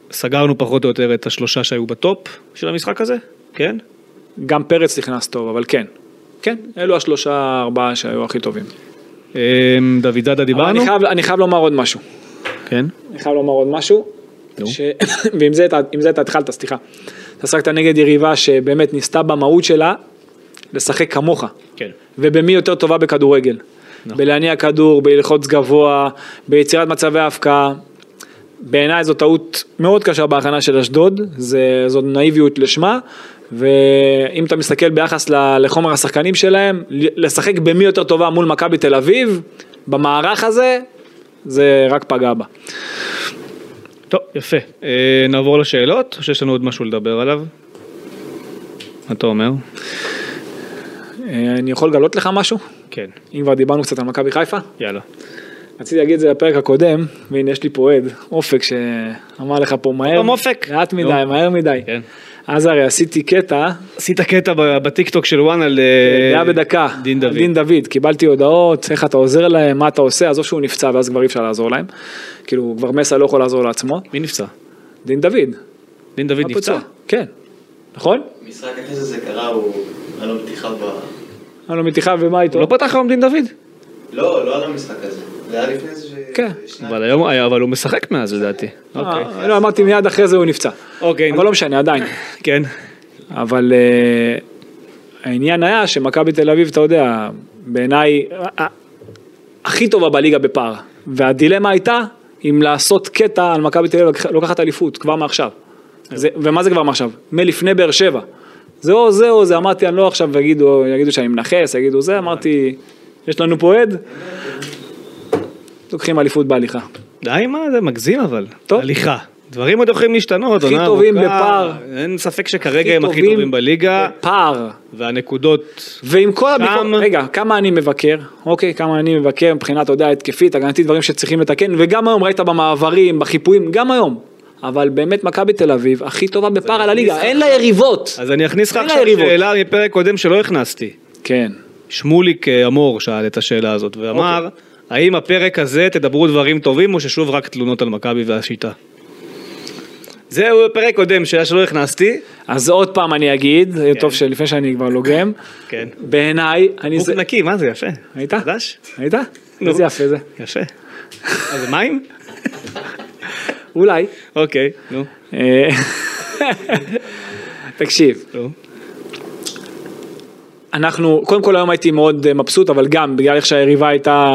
S2: שסגרנו פחות או יותר את השלושה שהיו בטופ של המשחק הזה, כן?
S3: גם פרץ נכנס טוב, אבל כן. כן, אלו השלושה ארבעה שהיו הכי טובים.
S2: אה, דוד זאדה
S3: אבל
S2: דיברנו?
S3: אני חייב, אני חייב לומר עוד משהו.
S2: כן.
S3: אני חייב לומר עוד משהו. ש... [LAUGHS] ועם זה, אתה- עם זה אתה התחלת, סליחה. אתה שחקת נגד יריבה שבאמת ניסתה במהות שלה לשחק כמוך.
S2: כן.
S3: ובמי יותר טובה בכדורגל. נכון. בלהניע כדור, בלחוץ גבוה, ביצירת מצבי ההפקעה. בעיניי זו טעות מאוד קשה בהכנה של אשדוד, זה, זו נאיביות לשמה, ואם אתה מסתכל ביחס ל- לחומר השחקנים שלהם, ל- לשחק במי יותר טובה מול מכבי תל אביב, במערך הזה, זה רק פגע בה.
S2: טוב, יפה. אה, נעבור לשאלות, או שיש לנו עוד משהו לדבר עליו? מה אתה אומר?
S3: אה, אני יכול לגלות לך משהו?
S2: כן,
S3: אם כבר דיברנו קצת על מכבי חיפה?
S2: יאללה.
S3: רציתי להגיד את זה בפרק הקודם, והנה יש לי פה עד, אופק שאמר לך פה מהר.
S2: פעם אופק?
S3: לאט מדי,
S2: נו.
S3: מהר מדי.
S2: כן.
S3: אז הרי עשיתי קטע,
S2: עשית קטע ב- בטיקטוק של וואן על... אה,
S3: דעה בדקה,
S2: דין דוד.
S3: דין דוד, קיבלתי הודעות, איך אתה עוזר להם, מה אתה עושה, עזוב שהוא נפצע ואז כבר אי אפשר לעזור להם, כאילו כבר מסע לא יכול לעזור לעצמו,
S2: מי נפצע?
S3: דין דוד,
S2: דין דוד נפצע?
S3: הפצוע, כן, נכון?
S4: משחק אחרי שזה קרה הוא על המתיחה ב...
S3: היה לו מתיחה ומה איתו?
S2: הוא לא פתח היום דין דוד?
S4: לא, לא על המשחק הזה. זה היה לפני זה ש...
S3: כן.
S4: שניים.
S2: אבל היום, אה, אבל הוא משחק מאז לדעתי. אוקיי.
S3: אה, לא, אמרתי מיד אחרי זה הוא נפצע,
S2: אוקיי, נו.
S3: אבל לא משנה עדיין,
S2: כן.
S3: אבל אה, העניין היה שמכבי תל אביב, אתה יודע, בעיניי ה- ה- הכי טובה בליגה בפער, והדילמה הייתה אם לעשות קטע על מכבי תל אביב לוקחת אליפות כבר מעכשיו. זה, ומה זה כבר מעכשיו? מלפני באר שבע. זה או זה או זה, אמרתי אני לא עכשיו יגידו, יגידו שאני מנכס, יגידו זה, אמרתי, יש לנו פה עד, לוקחים אליפות בהליכה.
S2: די, מה זה מגזים אבל.
S3: טוב.
S2: הליכה. דברים עוד יכולים להשתנות.
S3: הכי
S2: עונה
S3: טובים
S2: ארוכה.
S3: בפער.
S2: אין ספק שכרגע הם הכי טובים כן. בליגה,
S3: פער.
S2: והנקודות...
S3: ועם כל הביקורת,
S2: שם-
S3: רגע, כמה אני מבקר, אוקיי, כמה אני מבקר מבחינת, אתה יודע, התקפית, הגנתית, דברים שצריכים לתקן, וגם היום ראית במעברים, בחיפויים, גם היום. אבל באמת מכבי תל אביב הכי טובה בפער על הליגה, אין לה יריבות.
S2: אז אני אכניס לך
S3: אין לה
S2: עכשיו
S3: יריבות.
S2: שאלה מפרק קודם שלא הכנסתי.
S3: כן,
S2: שמוליק אה, אמור שאל את השאלה הזאת, ואמר,
S3: אוקיי.
S2: האם הפרק הזה תדברו דברים טובים, או ששוב רק תלונות על מכבי והשיטה? זהו פרק קודם, שאלה שלא הכנסתי.
S3: אז עוד פעם אני אגיד, טוב שלפני שאני כבר לוגם,
S2: כן.
S3: בעיניי, אני
S2: חוק
S3: זה,
S2: נקי, מה זה יפה.
S3: ראית?
S2: חדש?
S3: ראית?
S2: נו.
S3: איזה יפה זה,
S2: יפה. [LAUGHS] אז זה מים?
S3: אולי.
S2: אוקיי, נו.
S3: אה, [LAUGHS] תקשיב,
S2: נו.
S3: אנחנו, קודם כל היום הייתי מאוד אה, מבסוט, אבל גם בגלל איך שהיריבה הייתה,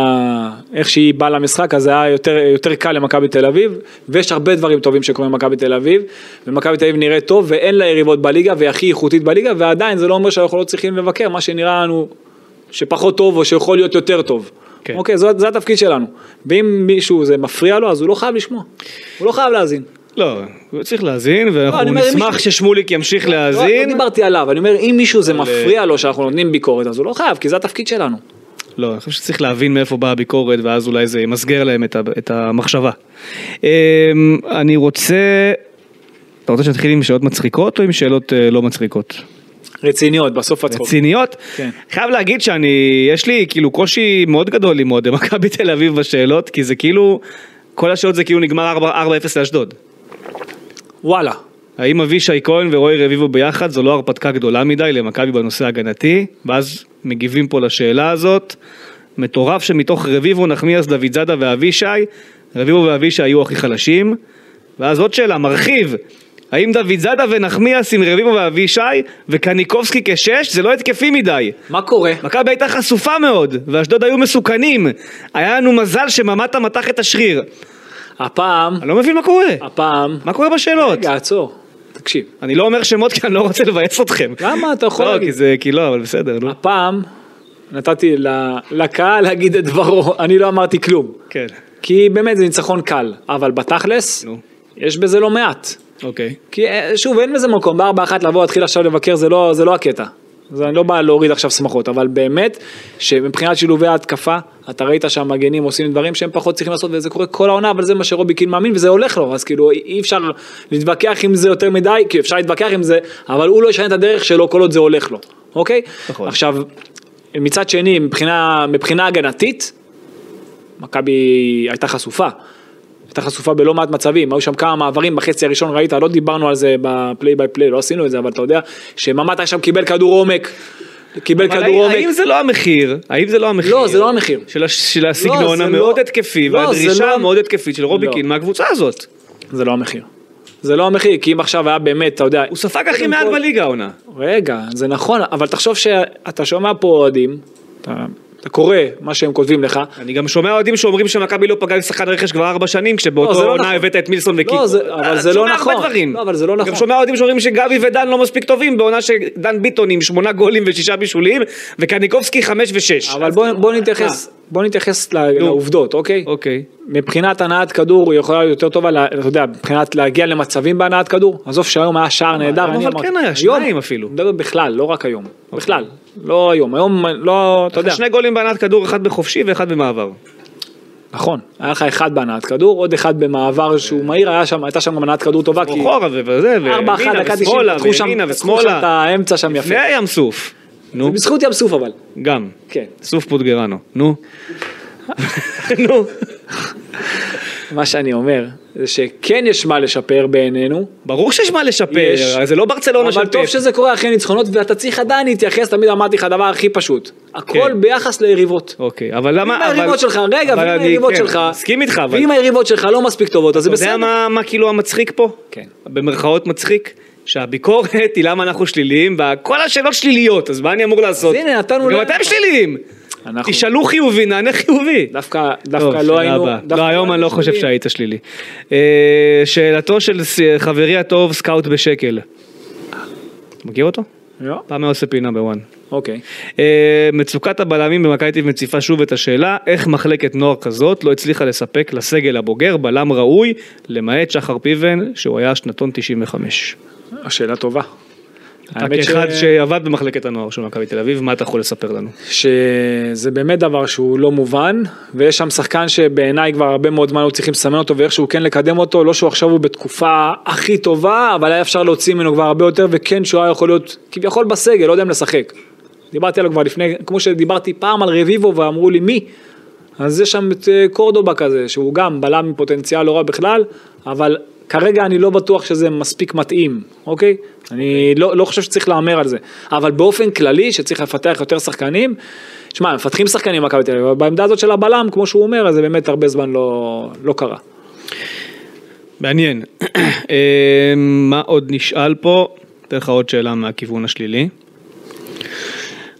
S3: איך שהיא באה למשחק, אז היה יותר, יותר קל למכבי תל אביב, ויש הרבה דברים טובים שקורים במכבי תל אביב, ומכבי תל אביב נראית טוב, ואין לה יריבות בליגה, והיא הכי איכותית בליגה, ועדיין זה לא אומר שאנחנו לא צריכים לבקר, מה שנראה לנו שפחות טוב, או שיכול להיות יותר טוב.
S2: כן.
S3: כן. אוקיי, זה, זה התפקיד שלנו. ואם מישהו זה מפריע לו, אז הוא לא חייב לשמוע, הוא לא חייב להאזין.
S2: לא, הוא צריך להאזין,
S3: לא, אני
S2: ואנחנו
S3: אומר, אם
S2: נשמח
S3: מישהו-
S2: ששמוליק ימשיך
S3: לא, לא
S2: להאזין.
S3: דיברתי עליו, אני אומר, אם מישהו זה מפריע לו שאנחנו נותנים ביקורת, אז הוא לא חייב, כי זה התפקיד שלנו.
S2: לא, אני חושב שצריך להבין מאיפה באה הביקורת, ואז אולי זה ימסגר להם את ה- את המחשבה. אמ, אני רוצה... אתה רוצה שנתחיל עם שאלות מצחיקות או עם שאלות אה, לא מצחיקות?
S3: רציניות, בסוף הצחוק.
S2: רציניות?
S3: כן.
S2: חייב להגיד שאני, יש לי כאילו קושי מאוד גדול עם אוהדי [LAUGHS] מכבי תל אביב בשאלות, כי זה כאילו, כל השאלות זה כאילו נגמר 4 4-0 לאשדוד.
S3: וואלה.
S2: האם אבישי כהן ורועי רביבו ביחד זו לא הרפתקה גדולה מדי למכבי בנושא ההגנתי? ואז מגיבים פה לשאלה הזאת. מטורף שמתוך רביבו, נחמיאס, דוד זאדה ואבישי, רביבו ואבישי היו הכי חלשים. ואז עוד שאלה, מרחיב. האם דוד זאדה ונחמיאס עם רביבו ואבישי וקניקובסקי כשש זה לא התקפי מדי?
S3: מה קורה?
S2: מכבי הייתה חשופה מאוד, ואשדוד היו מסוכנים. היה לנו מזל שממ"טה מתח את השריר.
S3: הפעם,
S2: אני לא מבין מה קורה.
S3: הפעם,
S2: מה קורה בשאלות?
S3: רגע, עצור, תקשיב.
S2: אני לא אומר שמות כי אני לא רוצה לבאס אתכם.
S3: למה? אתה יכול
S2: לא,
S3: להגיד.
S2: כי זה, כי לא, אבל בסדר, נו.
S3: הפעם נתתי ל- לקהל להגיד את דברו, אני לא אמרתי כלום.
S2: כן.
S3: כי באמת זה ניצחון קל, אבל בתכלס,
S2: נו.
S3: יש בזה לא מעט.
S2: אוקיי.
S3: כי אה, שוב, אין בזה מקום, בארבע אחת לבוא, להתחיל עכשיו לבקר, זה לא, זה לא הקטע. אז אני לא בא להוריד עכשיו שמחות, אבל באמת, שמבחינת שילובי ההתקפה, אתה ראית שהמגנים עושים דברים שהם פחות צריכים לעשות, וזה קורה כל העונה, אבל זה מה שרובי קין מאמין, וזה הולך לו, אז כאילו אי אי אפשר להתווכח עם זה יותר מדי, כי אפשר להתווכח עם זה, אבל הוא לא ישנה את הדרך שלו כל עוד זה הולך לו. אוקיי?
S2: נכון.
S3: עכשיו, מצד שני, מבחינה, מבחינה הגנתית, מכבי הייתה חשופה. הייתה חשופה בלא מעט מצבים, היו שם כמה מעברים בחצי הראשון, ראית, לא דיברנו על זה בפליי ביי פליי, לא עשינו את זה, אבל אתה יודע שממ"טה שם קיבל כדור עומק, קיבל
S2: אבל
S3: כדור
S2: האם-
S3: עומק.
S2: האם זה לא המחיר? האם זה לא המחיר?
S3: לא, זה לא המחיר.
S2: של הש- של הסגנון
S3: זה
S2: המאוד
S3: לא-
S2: התקפי
S3: לא, זה
S2: והדרישה
S3: לא-
S2: המאוד התקפית של רובי
S3: לא.
S2: קין מהקבוצה הזאת.
S3: זה לא המחיר. זה לא המחיר, כי אם עכשיו היה באמת, אתה יודע...
S2: הוא ספג הכי
S3: קודם
S2: מעט
S3: כל-
S2: בליגה העונה.
S3: רגע, זה נכון, אבל תחשוב שאתה שומע פה אוהדים, אתה, אתה קורא מה שהם כותבים לך.
S2: אני גם שומע אוהדים שאומרים שמכבי לא פגעה עם שחקן רכש כבר ארבע שנים,
S3: לא,
S2: כשבאותו
S3: זה לא
S2: עונה
S3: נכון.
S2: הבאת את מילסון
S3: לא,
S2: וקין.
S3: זה- אבל
S2: אתה
S3: זה לא
S2: שומע הרבה
S3: נכון.
S2: דברים.
S3: לא, אבל זה לא
S2: גם
S3: נכון.
S2: שומע אוהדים שאומרים שגבי ודן לא מספיק טובים, בעונה שדן ביטון עם שמונה גולים ושישה בישולים, וקניקובסקי חמש ושש.
S3: אבל בוא, בוא נתייחס, בוא נתייחס ל- לעובדות, אוקיי?
S2: אה. אוקיי.
S3: מבחינת הנעת כדור היא יכולה להיות יותר טובה, לה- אתה יודע, מבחינת להגיע למצבים בהנעת כדור, עזוב שהיום היה שער נהדר,
S2: אבל
S3: אני
S2: כן
S3: אמרתי-
S2: היה,
S3: היום,
S2: שניים אפילו. אוקיי.
S3: מדבר בכלל, לא רק היום, בכלל, לא היום, היום לא, אתה יודע,
S2: שני גולים בענת כדור, אחד בחופשי ואחד במעבר.
S3: נכון, היה לך אחד בהנעת כדור, עוד אחד במעבר שהוא מהיר, היה שם- הייתה שם גם הנעת כדור טובה, כי
S2: אחורה ו- וזה,
S3: ארבע אחת,
S2: וימינה
S3: דקה תשעים,
S2: ושמאלה,
S3: פתחו שם
S2: וימינה
S3: פתחו שם את
S2: ושמאלה.
S3: האמצע שם יפה,
S2: לפני הים סוף. נו,
S3: זה בזכות ים סוף אבל,
S2: גם.
S3: כן.
S2: סוף פוטגרנו. נו. [LAUGHS] נו.
S3: מה שאני אומר, זה שכן יש מה לשפר בעינינו,
S2: ברור שיש מה לשפר,
S3: יש.
S2: זה לא ברצלונה של
S3: אבל טוב
S2: פפ.
S3: שזה קורה אחרי ניצחונות, ואתה צריך עדיין להתייחס, תמיד אמרתי לך, הדבר הכי פשוט, הכל
S2: כן.
S3: ביחס ליריבות.
S2: אוקיי, אבל למה...
S3: ואם
S2: אבל-
S3: היריבות שלך, רגע,
S2: אבל
S3: ואם
S2: אני-
S3: היריבות
S2: כן,
S3: שלך,
S2: מסכים איתך, אבל...
S3: ואם היריבות שלך לא מספיק טובות, אז זה
S2: אתה יודע
S3: בסדר.
S2: מה, מה כאילו המצחיק פה?
S3: כן.
S2: במרכאות מצחיק? שהביקורת היא למה אנחנו שליליים, וכל השאלות שליליות, אז מה אני אמור לעשות?
S3: אז הנה, נתנו
S2: גם
S3: להם-
S2: אתם שליליים!
S3: אנחנו-
S2: תשאלו חיובי, נענה חיובי.
S3: דווקא,
S2: טוב,
S3: דווקא
S2: שאלה
S3: לא היינו...
S2: הבאה.
S3: דווקא
S2: לא, היום אני לא
S3: היינו
S2: חושב
S3: שליליים.
S2: שהיית שלילי. אה, שאלתו של ס- חברי הטוב, סקאוט בשקל. מכיר אותו?
S3: לא?
S2: פעם היה עושה פינה בוואן.
S3: אוקיי.
S2: אה, מצוקת הבלמים במכבי תל אביב מציפה שוב את השאלה איך מחלקת נוער כזאת לא הצליחה לספק לסגל הבוגר בלם ראוי למעט שחר פיבן שהוא היה שנתון 95.
S3: שאלה טובה.
S2: אתה כאחד שעבד במחלקת הנוער של מכבי תל אביב מה אתה יכול לספר לנו?
S3: שזה באמת דבר שהוא לא מובן, ויש שם שחקן שבעיניי כבר הרבה מאוד זמן היו צריכים לסמן אותו ואיכשהו כן לקדם אותו, לא שהוא עכשיו הוא בתקופה הכי טובה, אבל היה אפשר להוציא ממנו כבר הרבה יותר, וכן שהוא היה יכול להיות כביכול בסגל, לא יודע אם לשחק. דיברתי עליו כבר לפני, כמו שדיברתי פעם על רביבו ואמרו לי מי, אז יש שם את אה, קורדובה כזה, שהוא גם בלם עם פוטנציאל לא רע בכלל, אבל כרגע אני לא בטוח שזה מספיק מתאים, אוקיי? אני לא, לא חושב שצריך להמר על זה. אבל באופן כללי, שצריך לפתח יותר שחקנים, שמע, מפתחים שחקנים במכבי תל אביב, אבל בעמדה הזאת של הבלם, כמו שהוא אומר, אז זה באמת הרבה זמן לא, לא קרה.
S2: מעניין. אה, מה עוד נשאל פה? אתן לך עוד שאלה מהכיוון השלילי.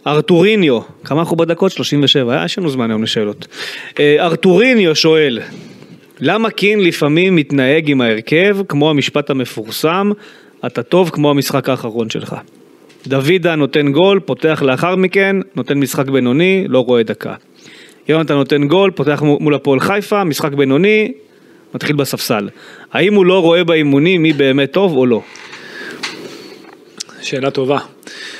S2: ארטוריניו, כמה אנחנו בדקות? 37, היה- יש לנו זמן היום לשאלות. אה, ארטוריניו שואל, למה קין לפעמים מתנהג עם ההרכב כמו המשפט המפורסם, אתה טוב כמו המשחק האחרון שלך? דוידה נותן גול, פותח לאחר מכן, נותן משחק בינוני, לא רואה דקה. יונתן נותן גול, פותח מול מול הפועל חיפה, משחק בינוני, מתחיל בספסל. האם הוא לא רואה באימונים מי באמת טוב או לא?
S3: שאלה טובה.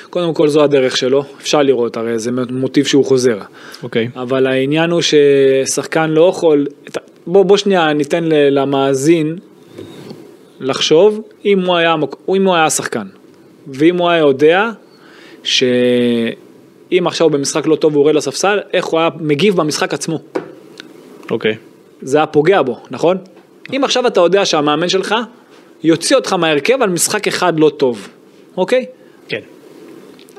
S3: קודם כל זו הדרך שלו, אפשר לראות, הרי זה מוטיב שהוא חוזר.
S2: אוקיי.
S3: אבל העניין הוא ששחקן לא יכול, בוא, בוא שנייה ניתן ל- למאזין לחשוב אם הוא היה, המק- אם הוא היה השחקן ואם הוא היה יודע שאם עכשיו הוא במשחק לא טוב והוא יורד לספסל, איך הוא היה מגיב במשחק עצמו.
S2: אוקיי.
S3: זה היה פוגע בו, נכון? אם עכשיו אתה יודע שהמאמן שלך יוציא אותך מההרכב על משחק אחד לא טוב, אוקיי?
S2: כן.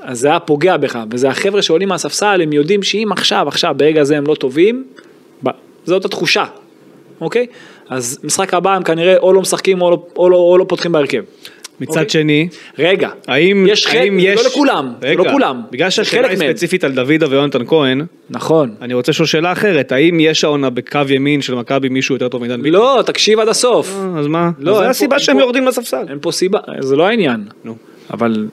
S3: אז זה היה פוגע בך, וזה החבר'ה שעולים מהספסל, הם יודעים שאם עכשיו, עכשיו, ברגע זה הם לא טובים, ב- זאת התחושה, אוקיי? אז משחק הבא הם כנראה או לא משחקים או לא, או לא, או לא פותחים בהרכב.
S2: מצד
S3: אוקיי.
S2: שני,
S3: רגע,
S2: האם
S3: יש חלק,
S2: האם יש...
S3: לא לכולם, זה
S2: רגע,
S3: לא כולם,
S2: בגלל
S3: זה
S2: שהשאלה היא
S3: חלק מהם.
S2: ספציפית על דוידה ויונתן כהן,
S3: נכון.
S2: אני רוצה לשאול שאלה אחרת, האם יש העונה בקו ימין של מכבי מישהו יותר טוב מדן ביטון?
S3: לא, תקשיב עד הסוף.
S2: אז מה?
S3: לא,
S2: אז
S3: אין
S2: זה
S3: פה-
S2: הסיבה
S3: אין
S2: שהם
S3: פה-
S2: יורדים לספסל.
S3: אין פה סיבה, זה לא העניין.
S2: נו.
S3: אבל...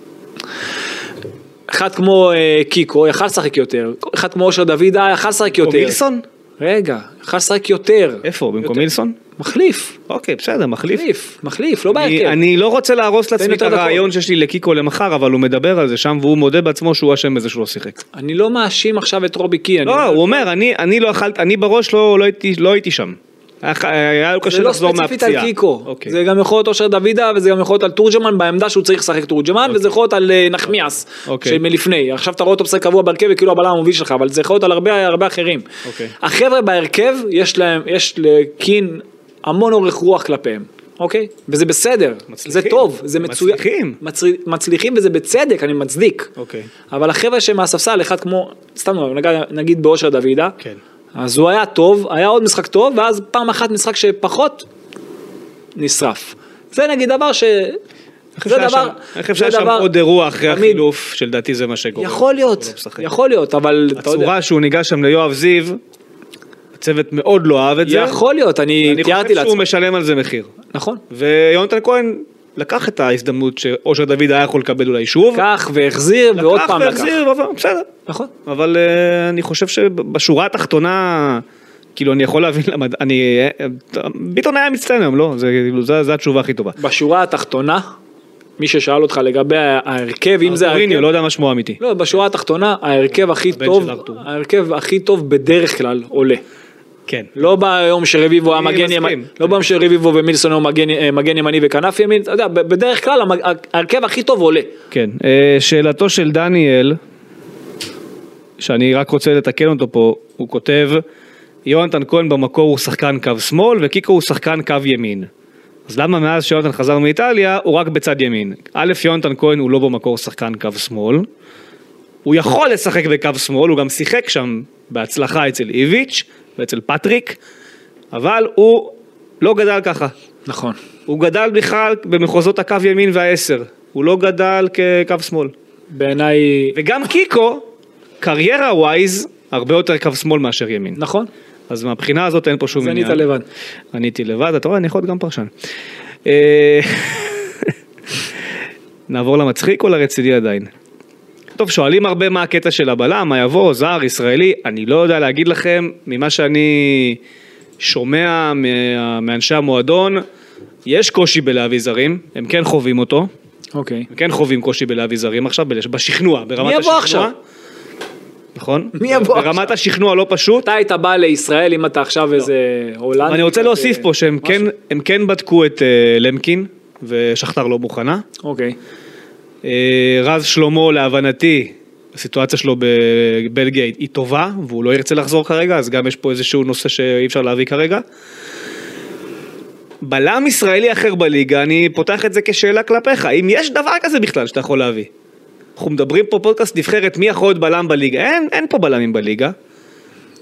S3: אחד כמו אה, קיקו יכל לשחק יותר, אחד כמו אושר דוידה יכל לשחק יותר.
S2: או מילסון?
S3: רגע, יכל לשחק יותר.
S2: איפה? במקום
S3: יותר.
S2: מילסון?
S3: מחליף,
S2: אוקיי, בסדר, מחליף.
S3: מחליף, מחליף, לא
S2: אני-
S3: בהרכב.
S2: אני לא רוצה להרוס לעצמי את
S3: יותר דקות.
S2: הרעיון שיש לי לקיקו למחר, אבל הוא מדבר על זה שם, והוא מודה בעצמו שהוא אשם בזה שהוא לא שיחק.
S3: אני לא מאשים עכשיו את רובי קין.
S2: לא, הוא אומר, אני, אני לא אכלתי, אני בראש לא, לא, הייתי, לא הייתי שם. היה ח- היה לו
S3: זה
S2: קשה
S3: לא
S2: לחזור מהפציעה.
S3: ספציפית על קיקו,
S2: אוקיי.
S3: זה גם יכול להיות אושר דוידה וזה גם יכול להיות על תורג'מן בעמדה שהוא צריך לשחק תורג'מן וזה יכול להיות על אה, נחמיאס,
S2: אוקיי.
S3: שמלפני, עכשיו אתה רואה אותו משחק קבוע בהרכב וכאילו הבלם המוביל שלך, אבל זה יכול להיות על הרבה הרבה אחרים.
S2: אוקיי.
S3: החבר'ה בהרכב יש להם, יש לקין המון אורך רוח כלפיהם. אוקיי? וזה בסדר,
S2: מצליחים.
S3: זה טוב, זה מצוין.
S2: מצליחים.
S3: מצרי- מצליחים וזה בצדק, אני מצדיק.
S2: אוקיי.
S3: אבל החבר'ה שמהספסל, אחד כמו, סתם נגיד- נגיד באושר דוידה,
S2: כן.
S3: אז הוא היה טוב, היה עוד משחק טוב, ואז פעם אחת משחק שפחות נשרף. זה נגיד דבר ש...
S2: איך אפשר שם- איך אפשר שם עוד אירוע אחרי
S3: תמיד-
S2: החילוף, שלדעתי זה מה שגורם.
S3: יכול
S2: הוא
S3: להיות,
S2: לא משחק.
S3: יכול להיות, אבל אתה יודע,
S2: הצורה שהוא ניגש שם ליואב זיו, הצוות מאוד לא אהב את זה.
S3: יכול להיות, אני
S2: אני
S3: תיארתי
S2: חושב שהוא
S3: לעצמי,
S2: משלם על זה מחיר.
S3: נכון,
S2: ויונתן כהן לקח את ההזדמנות שאושר דוד היה יכול לקבל אולי שוב.
S3: לקח והחזיר ועוד פעם לקח,
S2: והחזיר, אבל בסדר.
S3: נכון,
S2: אבל אה, אני חושב שבשורה התחתונה, כאילו אני יכול להבין למה, אני, אה, אה, ביטון היה מצטיין היום, לא? זה כאילו, זה- זה התשובה הכי טובה.
S3: בשורה התחתונה, מי ששאל אותך לגבי ההרכב, אם זה ההרכב,
S2: אוריניו, לא יודע מה שמו האמיתי.
S3: לא, בשורה התחתונה, ההרכב הכי
S2: כן. הבן
S3: טוב,
S2: של ארתור.
S3: ההרכב הכי טוב בדרך כלל עולה.
S2: כן.
S3: לא ביום שרביבו היה
S2: אני
S3: מגן ימני,
S2: מסכים.
S3: לא ביום שרביבו ומילסון היו מגן- אה, מגן ימני וכנף ימין, אתה יודע, ב- בדרך כלל המג- ההרכב הכי טוב עולה.
S2: כן, אה, שאלתו של דניאל, שאני רק רוצה לתקן אותו פה, הוא כותב, יונתן כהן במקור הוא שחקן קו שמאל וקיקו הוא שחקן קו ימין. אז למה מאז שיונתן חזר מאיטליה הוא רק בצד ימין? א', יונתן כהן הוא לא במקור שחקן קו שמאל, הוא יכול לשחק בקו שמאל, הוא גם שיחק שם בהצלחה אצל איביץ' ואצל פטריק, אבל הוא לא גדל ככה.
S3: נכון.
S2: הוא גדל בכלל במחוזות הקו ימין והעשר, הוא לא גדל כקו שמאל.
S3: בעיניי,
S2: וגם קיקו, קריירה ווייז, הרבה יותר קו שמאל מאשר ימין.
S3: נכון,
S2: אז מהבחינה הזאת אין פה שום
S3: זה
S2: עניין.
S3: ענית לבד.
S2: עניתי לבד, אתה רואה, אני יכול להיות גם פרשן. אה, [LAUGHS] נעבור למצחיק או לרציני עדיין? טוב, שואלים הרבה מה הקטע של הבלם, מה יבוא, זר, ישראלי, אני לא יודע להגיד לכם, ממה שאני שומע מה- מאנשי המועדון, יש קושי בלהביא זרים, הם כן חווים אותו,
S3: אוקיי.
S2: הם כן חווים קושי בלהביא זרים עכשיו, בלש- בשכנוע, ברמת
S3: מי יבוא
S2: השכנוע.
S3: עכשיו?
S2: נכון?
S3: מי יבוא
S2: ברמת השכנוע לא פשוט,
S3: אתה היית בא לישראל אם אתה עכשיו איזה הולנד.
S2: לא. אני רוצה להוסיף פה שהם כן, הם כן בדקו את אה, למקין, ושכתר לא מוכנה.
S3: אוקיי.
S2: אה, רז שלמה, להבנתי, הסיטואציה שלו בבלגיה היא- היא טובה, והוא לא ירצה לחזור כרגע, אז גם יש פה איזשהו נושא שאי אפשר להביא כרגע. בלם ישראלי אחר בליגה, אני פותח את זה כשאלה כלפיך, האם יש דבר כזה בכלל שאתה יכול להביא? אנחנו מדברים פה פודקאסט נבחרת, מי יכול להיות בלם בליגה? אין, אין פה בלמים בליגה.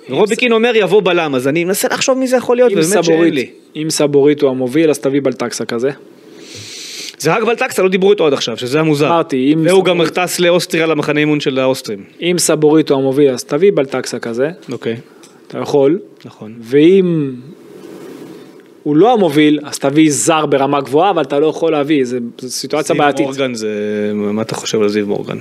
S2: רוביקין אומר יבוא בלם, אז אני מנסה לחשוב מי זה יכול להיות,
S3: אם
S2: ובאמת שאין לי.
S3: סבורית, אם סבורית הוא המוביל, אז תביא בלטקסה כזה.
S2: זה רק בלטקסה, לא דיברו איתו עד עכשיו, שזה המוזר.
S3: אמרתי, אם
S2: והוא
S3: סבורית-
S2: גם טס לאוסטריה למחנה אימון של האוסטרים.
S3: אם סבורית הוא המוביל, אז תביא בלטקסה כזה,
S2: אוקיי,
S3: אתה יכול.
S2: נכון.
S3: ואם הוא לא המוביל, אז תביא זר ברמה גבוהה, אבל אתה לא יכול להביא, זו, זו סיטואציה בעייתית.
S2: זיו מורגן זה... מה אתה חושב על זיו מורגן?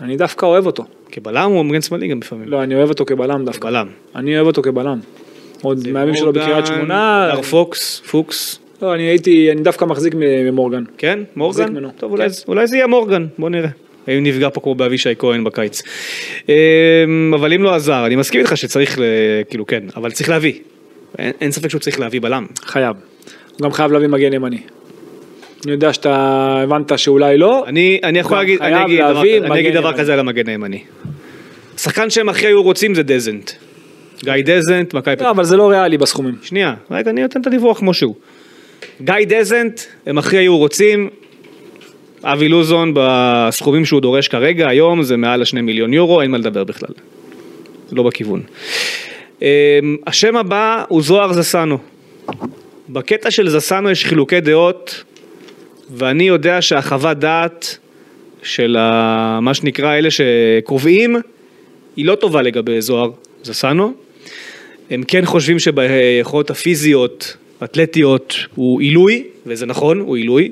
S3: אני דווקא אוהב אותו.
S2: כבלם הוא מגן שמאלי גם לפעמים.
S3: לא, אני אוהב אותו כבלם דווקא.
S2: בלם.
S3: אני אוהב אותו כבלם. עוד מהימים שלו בקריית שמונה.
S2: הדר פוקס, פוקס.
S3: לא, אני הייתי, אני דווקא מחזיק מ- ממורגן.
S2: כן? מורגן?
S3: ממנו.
S2: טוב, אולי,
S3: כן.
S2: זה- אולי זה יהיה מורגן, בוא נראה. האם נפגע פה כמו באבישי כהן בקיץ. אמ, אבל אם לא עזר, אני מסכים איתך שצריך, ל... כאילו כן, אבל צריך להביא. אין, אין ספק שהוא צריך להביא בלם.
S3: חייב. הוא גם חייב להביא מגן ימני. אני יודע שאתה הבנת שאולי לא.
S2: אני, אני יכול
S3: גם
S2: להגיד, אני
S3: חייב
S2: אגיד דבר,
S3: להביא
S2: כזה- אני אגיד
S3: מגן
S2: דבר
S3: ימני.
S2: כזה על המגן הימני. שחקן שהם הכי היו רוצים זה דזנט. גיא דזנט, מכבי
S3: לא, אבל זה לא ריאלי בסכומים.
S2: שנייה, רגע, אני נותן את הדיווח כמו שהוא. גיא דזנט, הם הכי היו רוצים, אבי לוזון בסכומים שהוא דורש כרגע, היום זה מעל השני מיליון יורו, אין מה לדבר בכלל. לא בכיוון. אמ, השם הבא הוא זוהר זסנו. בקטע של זסנו יש חילוקי דעות, ואני יודע שהחוות דעת של ה... מה שנקרא אלה שקובעים, היא לא טובה לגבי זוהר זסנו. הם כן חושבים שביכולות הפיזיות, אתלטיות, הוא עילוי, וזה נכון, הוא עילוי.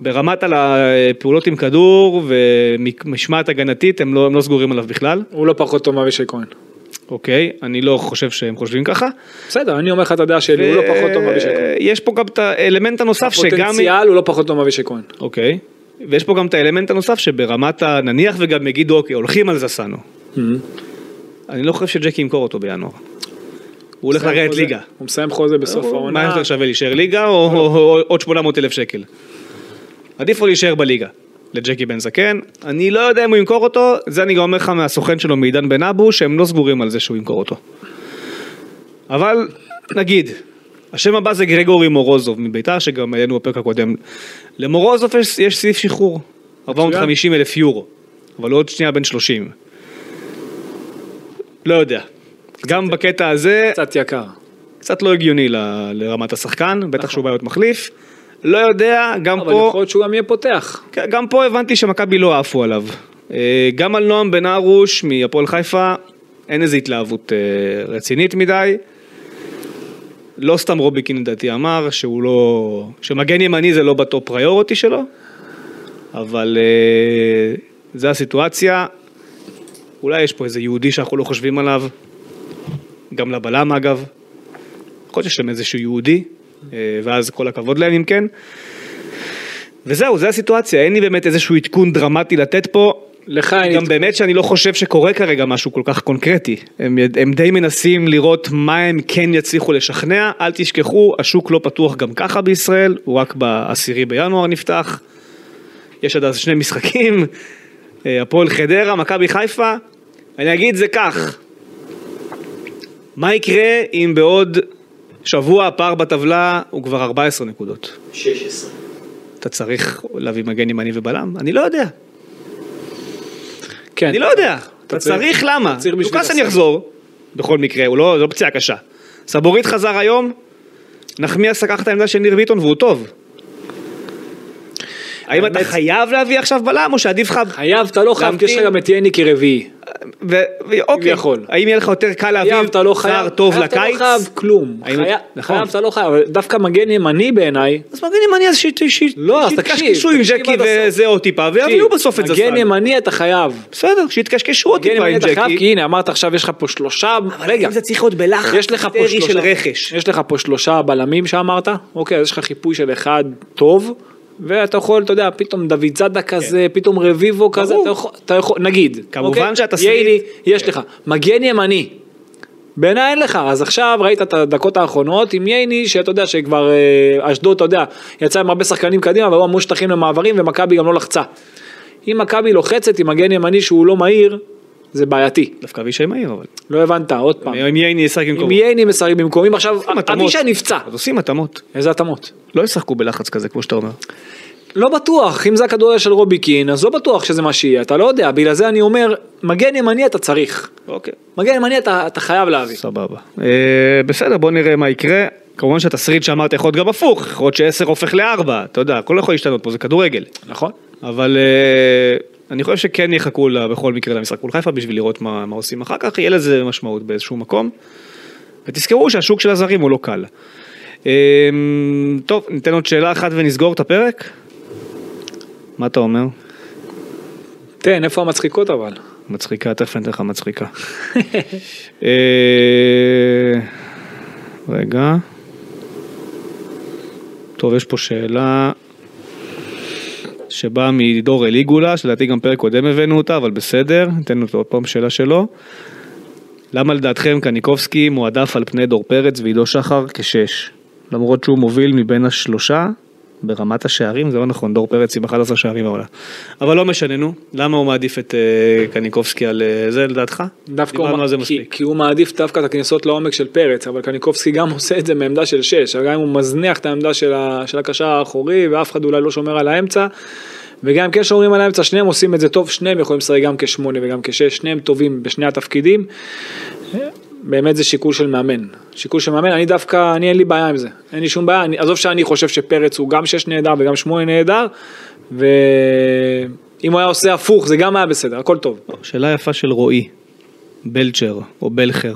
S2: ברמת על הפעולות עם כדור ומשמעת הגנתית, הם לא, הם לא סגורים עליו בכלל,
S3: הוא לא פחות טוב מאבישי כהן.
S2: אוקיי? אני לא חושב שהם חושבים ככה. אה,
S3: בסדר, אני אומר לך את הדעה שלי, הוא לא פחות טוב מאבישי כהן.
S2: יש פה גם את האלמנט הנוסף שגם...
S3: פוטנציאל הוא לא פחות טוב מאבישי כהן.
S2: אוקיי. ויש פה גם את האלמנט הנוסף שברמת ה... נניח וגם יגידו, אוקיי, הולכים על זסנו. אני לא חושב שג'קי ימכור אותו בינואר. הוא הולך
S3: מסיים
S2: לרדת
S3: חוזה-
S2: ליגה.
S3: הוא מסיים חוזה בסוף
S2: אה, מה
S3: העונה.
S2: יותר שווה, להישאר ליגה או- או או- עוד 800 אלף שקל? עדיף לו להישאר בליגה, לג'קי בן זקן. אני לא יודע אם הוא ימכור אותו, זה אני גם אומר לך מהסוכן שלו מעידן בן אבו, שהם לא סגורים על זה שהוא ימכור אותו. אבל נגיד, השם הבא זה גרגורי מורוזוב מביתר, שגם העלינו בפרק הקודם. למורוזוב יש, יש סעיף שחרור, 450 אלף יורו, אבל הוא עוד שנייה בן 30. לא יודע. גם בקטע הזה,
S3: קצת יקר.
S2: קצת לא הגיוני ל- לרמת השחקן, בטח שהוא בא להיות מחליף. לא יודע, גם
S3: נכון. אבל
S2: פה...
S3: יכול להיות שהוא גם יהיה פותח.
S2: כן, גם פה הבנתי שמכבי לא עפו עליו. אה, גם על נועם בן ארוש מהפועל חיפה, אין איזו התלהבות אה, רצינית מדי. לא סתם רוביקין לדעתי אמר שהוא לא... שמגן ימני זה לא בטופ פריוריטי שלו, אבל אה, זה הסיטואציה. אולי יש פה איזה יהודי שאנחנו לא חושבים עליו, גם לבלם אגב. יכול להיות שיש שם איזשהו יהודי, אה, ואז כל הכבוד להם אם כן. וזהו, זו הסיטואציה, אין לי באמת איזשהו עדכון דרמטי לתת פה.
S3: לך אין
S2: גם
S3: עדכון.
S2: באמת שאני לא חושב שקורה כרגע משהו כל כך קונקרטי. הם, הם די מנסים לראות מה הם כן יצליחו לשכנע. אל תשכחו, השוק לא פתוח גם ככה בישראל, הוא רק בעשירי בינואר נפתח. יש עד אז שני משחקים, אה, הפועל חדרה, מכבי חיפה. אני אגיד זה כך, מה יקרה אם בעוד שבוע הפער בטבלה הוא כבר 14 נקודות?
S4: 16.
S2: אתה צריך להביא מגן ימני ובלם? אני לא יודע.
S3: כן.
S2: אני לא יודע. אתה
S3: צריך-
S2: צריך למה?
S3: צריך בשביל
S2: לוקאסן
S3: הסל.
S2: יחזור, בכל מקרה, הוא לא, זו פציעה קשה. סבורית חזר היום, נחמיאס לקח את העמדה של ניר ביטון והוא טוב. האם אתה חייב להביא עכשיו בלם או שעדיף לך...
S3: חייב, אתה לא חייב, כי יש לך גם את יני כרביעי.
S2: ו- ו- אוקיי,
S3: כביכול.
S2: האם יהיה לך יותר קל
S3: חייב,
S2: להביא
S3: אתה לא חייב.
S2: זר טוב
S3: חייב, אתה לא
S2: לקיץ?
S3: חייב כלום.
S2: האם-
S3: חייב-
S2: נכון.
S3: חייב, אתה לא חייב. אבל דווקא מגן ימני בעיניי.
S2: אז מגן ימני אז שיתקשקשו
S3: לא, אז תקשיב,
S2: עם
S3: תקשיב
S2: ג'קי
S3: עד הסוף.
S2: וזה עוד טיפה, ויביאו בסוף את זה.
S3: מגן ימני אתה חייב.
S2: בסדר, שיתקשקשו עוד
S3: מגן
S2: טיפה
S3: ימני
S2: עם
S3: אתה חייב,
S2: ג'קי.
S3: כי הנה, אמרת עכשיו יש לך פה שלושה... רגע.
S2: אם זה צריך להיות בלחץ,
S3: יש לך פה
S2: היסטרי
S3: שלושה,
S2: של רכש.
S3: יש לך פה שלושה בלמים שאמרת, אוקיי, אז יש לך חיפוי של אחד טוב, ואתה יכול, אתה יודע, פתאום דוד זאדה כזה, פתאום רביבו כזה, אתה יכול, אתה יכול, נגיד,
S2: כן. כמובן כן.
S3: אוקיי?
S2: שהתסריט-
S3: ייני, יש לך, מגן ימני. בעיניי אין לך, אז עכשיו ראית את הדקות האחרונות עם ייני, שאתה יודע שכבר אה, אשדוד, אתה יודע, יצא עם הרבה שחקנים קדימה, והיו המון שטחים למעברים, ומכבי גם לא לחצה. אם מכבי לוחצת עם מגן ימני שהוא לא מהיר, זה בעייתי.
S2: דווקא אבישי מהיר אבל.
S3: לא הבנת, עוד פעם.
S2: אם ייני ישחק
S3: אם
S2: במקום.
S3: ייני משחק במקום, אם עכשיו אבישי נפצע.
S2: אז עושים התאמות.
S3: איזה התאמות?
S2: לא ישחקו בלחץ כזה כמו שאתה אומר.
S3: לא בטוח, אם זה הכדורגל של רובי קין, אז לא בטוח שזה מה שיהיה, אתה לא יודע, בגלל זה אני אומר, מגן ימני אתה צריך.
S2: אוקיי.
S3: מגן ימני אתה, אתה חייב להביא.
S2: סבבה. אה, בסדר בוא נראה מה יקרה. כמובן שהתסריט שאמרת יכול להיות גם הפוך. יכול להיות שעשר הופך לארבע. אתה יודע הכל יכול להשתנות פה זה כדורגל.
S3: נכון.
S2: אבל אה, אני חושב שכן יחכו לה- בכל מקרה למשחק מול חיפה בשביל לראות מה מה עושים אחר כך, יהיה לזה משמעות באיזשהו מקום. ותזכרו שהשוק של הזרים הוא לא קל. אה, טוב, ניתן עוד שאלה אחת ונסגור את הפרק? מה אתה אומר?
S3: תן, איפה המצחיקות אבל?
S2: מצחיקה, תכף אני אתן לך מצחיקה. אה, רגע. טוב, יש פה שאלה שבאה מדור אליגולה, שלדעתי גם פרק קודם הבאנו אותה, אבל בסדר, ניתן אותו עוד פעם שאלה שלו. למה לדעתכם קניקובסקי מועדף על פני דור פרץ ועידו שחר כשש? למרות שהוא מוביל מבין השלושה ברמת השערים, זה לא נכון, דור פרץ עם 11 שערים העולה. אבל לא משנה, נו, למה הוא מעדיף את אה, קניקובסקי על אה, זה לדעתך?
S3: דווקא הוא,
S2: דיברנו על זה
S3: כי-
S2: מספיק.
S3: כי הוא מעדיף דווקא את הכניסות לעומק של פרץ, אבל קניקובסקי גם [LAUGHS] עושה את זה מעמדה של 6, גם אם הוא מזניח את העמדה של, ה, של הקשר האחורי, ואף אחד אולי לא שומר על האמצע, וגם אם כן שומרים על האמצע, שניהם עושים את זה טוב, שניהם יכולים לשחק גם כשמונה וגם כשש, שניהם טובים בשני התפקידים. באמת זה שיקול של מאמן, שיקול של מאמן, אני דווקא, אני אין לי בעיה עם זה, אין לי שום בעיה, אני, עזוב שאני חושב שפרץ הוא גם שש נהדר וגם שמונה נהדר, ואם הוא היה עושה הפוך זה גם היה בסדר, הכל טוב.
S2: שאלה יפה של רועי, בלצ'ר, או בלחר,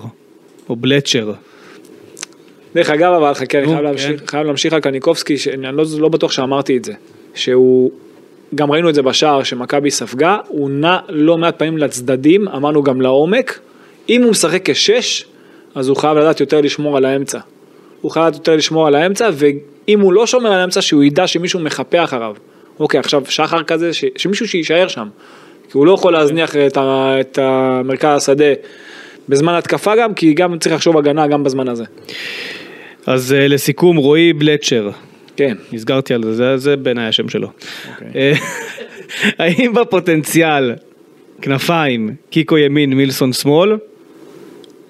S2: או בלצ'ר.
S3: דרך אגב, אבל חכה, אני
S2: נו,
S3: חייב
S2: כן.
S3: להמשיך, חייב להמשיך על קניקובסקי, שאני לא, לא בטוח שאמרתי את זה, שהוא, גם ראינו את זה בשער שמכבי ספגה, הוא נע לא מעט פעמים לצדדים, אמרנו גם לעומק, אם הוא משחק כשש, אז הוא חייב לדעת יותר לשמור על האמצע. הוא חייב לדעת יותר לשמור על האמצע, ואם הוא לא שומר על האמצע, שהוא ידע שמישהו מחפה אחריו. אוקיי, עכשיו שחר כזה, ש...
S2: אוקיי.
S3: שמישהו שיישאר שם. כי הוא לא יכול להזניח את, ה... את המרכז השדה בזמן התקפה גם, כי גם צריך לחשוב הגנה גם בזמן הזה.
S2: אז אה, לסיכום, רועי בלצ'ר,
S3: כן.
S2: נסגרתי על זה, זה, זה בעיניי השם שלו. אה, [LAUGHS] האם בפוטנציאל כנפיים, קיקו ימין, מילסון שמאל,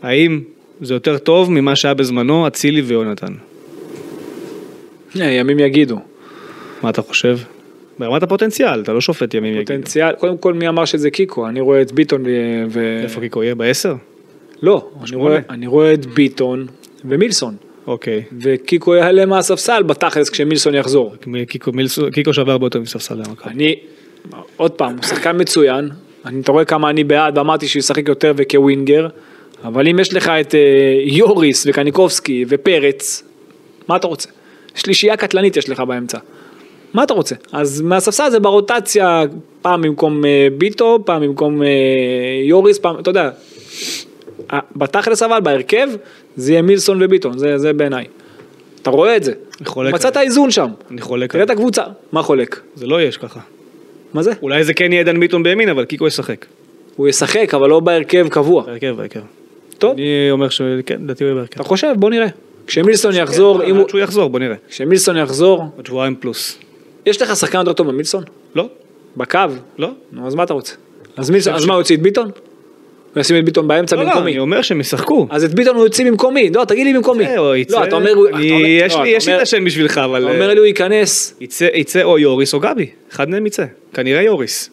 S2: האם זה יותר טוב ממה שהיה בזמנו אצילי ויונתן?
S3: אה, ימים יגידו.
S2: מה אתה חושב? ברמת הפוטנציאל, אתה לא שופט ימים יגידו.
S3: פוטנציאל, קודם כל מי אמר שזה קיקו, אני רואה את ביטון אה, ו...
S2: איפה קיקו יהיה? בעשר?
S3: לא, אני רואה, אני רואה את ביטון ומילסון,
S2: אוקיי.
S3: וקיקו יעלה מהספסל בתכלס כשמילסון יחזור.
S2: מ- קיקו, מילסון- קיקו שווה הרבה יותר מספסל למכבי.
S3: אני, עוד פעם, הוא שחקן מצוין, אני, אתה רואה כמה אני בעד, אמרתי שהוא ישחק יותר וכווינגר, אבל אם יש לך את אה, יוריס וקניקובסקי ופרץ, מה אתה רוצה? שלישייה קטלנית יש לך באמצע. מה אתה רוצה? אז מהספסל זה ברוטציה, פעם במקום אה, ביטו, פעם במקום אה, יוריס, פעם, אתה יודע. אה, בתכלס אבל, בהרכב, זה יהיה מילסון וביטון, זה, זה בעיניי. אתה רואה את זה.
S2: אני חולק
S3: מצאת
S2: עליך.
S3: איזון שם.
S2: אני חולק
S3: תראה
S2: על
S3: את
S2: זה.
S3: הקבוצה. מה חולק?
S2: זה לא יש ככה.
S3: מה זה?
S2: אולי זה כן יהיה דן ביטון בימין, אבל קיקו ישחק.
S3: הוא ישחק, אבל לא בהרכב קבוע.
S2: בהרכב, בהרכב.
S3: טוב,
S2: אני אומר שכן, לדעתי הוא יהיה בהרכב.
S3: אתה חושב? בוא נראה. כשמילסון יחזור, אם הוא...
S2: עד שהוא יחזור, בוא נראה.
S3: כשמילסון יחזור,
S2: עוד שבועיים פלוס.
S3: יש לך שחקן יותר טוב ממילסון?
S2: לא?
S3: בקו?
S2: לא?
S3: נו, אז מה אתה רוצה? אז מילסון, אז מה, הוא יוציא את ביטון? הוא ישים את ביטון באמצע
S2: לא, לא, אני
S3: במקומי.
S2: אומר שהם ישחקו.
S3: אז את ביטון הוא יוציא במקומי, לא, תגיד לי במקומי.
S2: אה, או יצא-
S3: לא, אתה אומר... הוא- אתה
S2: אני-
S3: אומר-
S2: יש
S3: לא,
S2: לי
S3: אתה
S2: יש לי
S3: אומר-
S2: את השם בשבילך, אבל...
S3: אתה
S2: אה,
S3: אומר לי הוא ייכנס,
S2: יצא- יצא או יוריס או גבי. אחד מהם יצא. כנראה יוריס.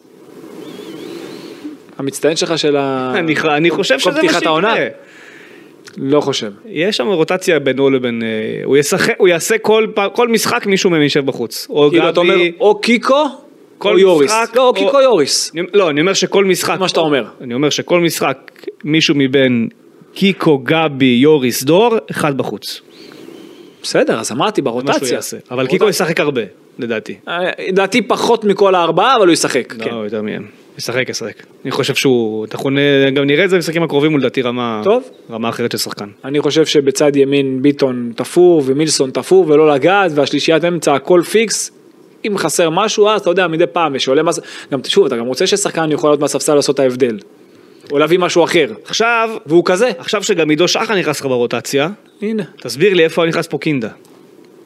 S3: המצטיין שלך של ה...
S2: [LAUGHS] אני ח- אני חושב
S3: במקום
S2: שזה מה
S3: פתיחת העונה?
S2: שיקרה.
S3: לא חושב.
S2: יש שם רוטציה בינו לבין... אה, הוא ישחק- הוא יעשה כל פעם- כל משחק מישהו מהם יישב בחוץ. או
S3: כאילו, אתה אומר,
S2: גבי...
S3: או קיקו,
S2: כל
S3: או יוריס.
S2: משחק,
S3: לא, או
S2: או-
S3: קיקו, יוריס.
S2: אני- לא, אני אומר שכל משחק...
S3: מה שאתה אומר.
S2: אני אומר שכל משחק, מישהו מבין קיקו, גבי, יוריס, דור, אחד בחוץ.
S3: בסדר, אז אמרתי
S2: זה מה שהוא
S3: ברוטציה.
S2: יעשה. אבל קיקו ישחק הרבה, לדעתי.
S3: אה, לדעתי פחות מכל הארבעה, אבל הוא ישחק. כן.
S2: לא, יותר מהם. ישחק, ישחק. אני חושב שהוא... אנחנו נ- גם נראה את זה במשחקים הקרובים, הוא לדעתי רמה...
S3: טוב.
S2: רמה אחרת של שחקן.
S3: אני חושב שבצד ימין ביטון תפור ומילסון תפור ולא לגעת והשלישיית אמצע הכל פיקס. אם חסר משהו אז אתה יודע מדי פעם ושעולה מס... גם שוב אתה גם רוצה ששחקן יכול לעלות מהספסל לעשות את ההבדל. או להביא משהו אחר.
S2: עכשיו,
S3: והוא כזה.
S2: עכשיו שגם עידו שחר נכנס לך ברוטציה,
S3: הנה.
S2: תסביר לי איפה היה נכנס פה קינדה.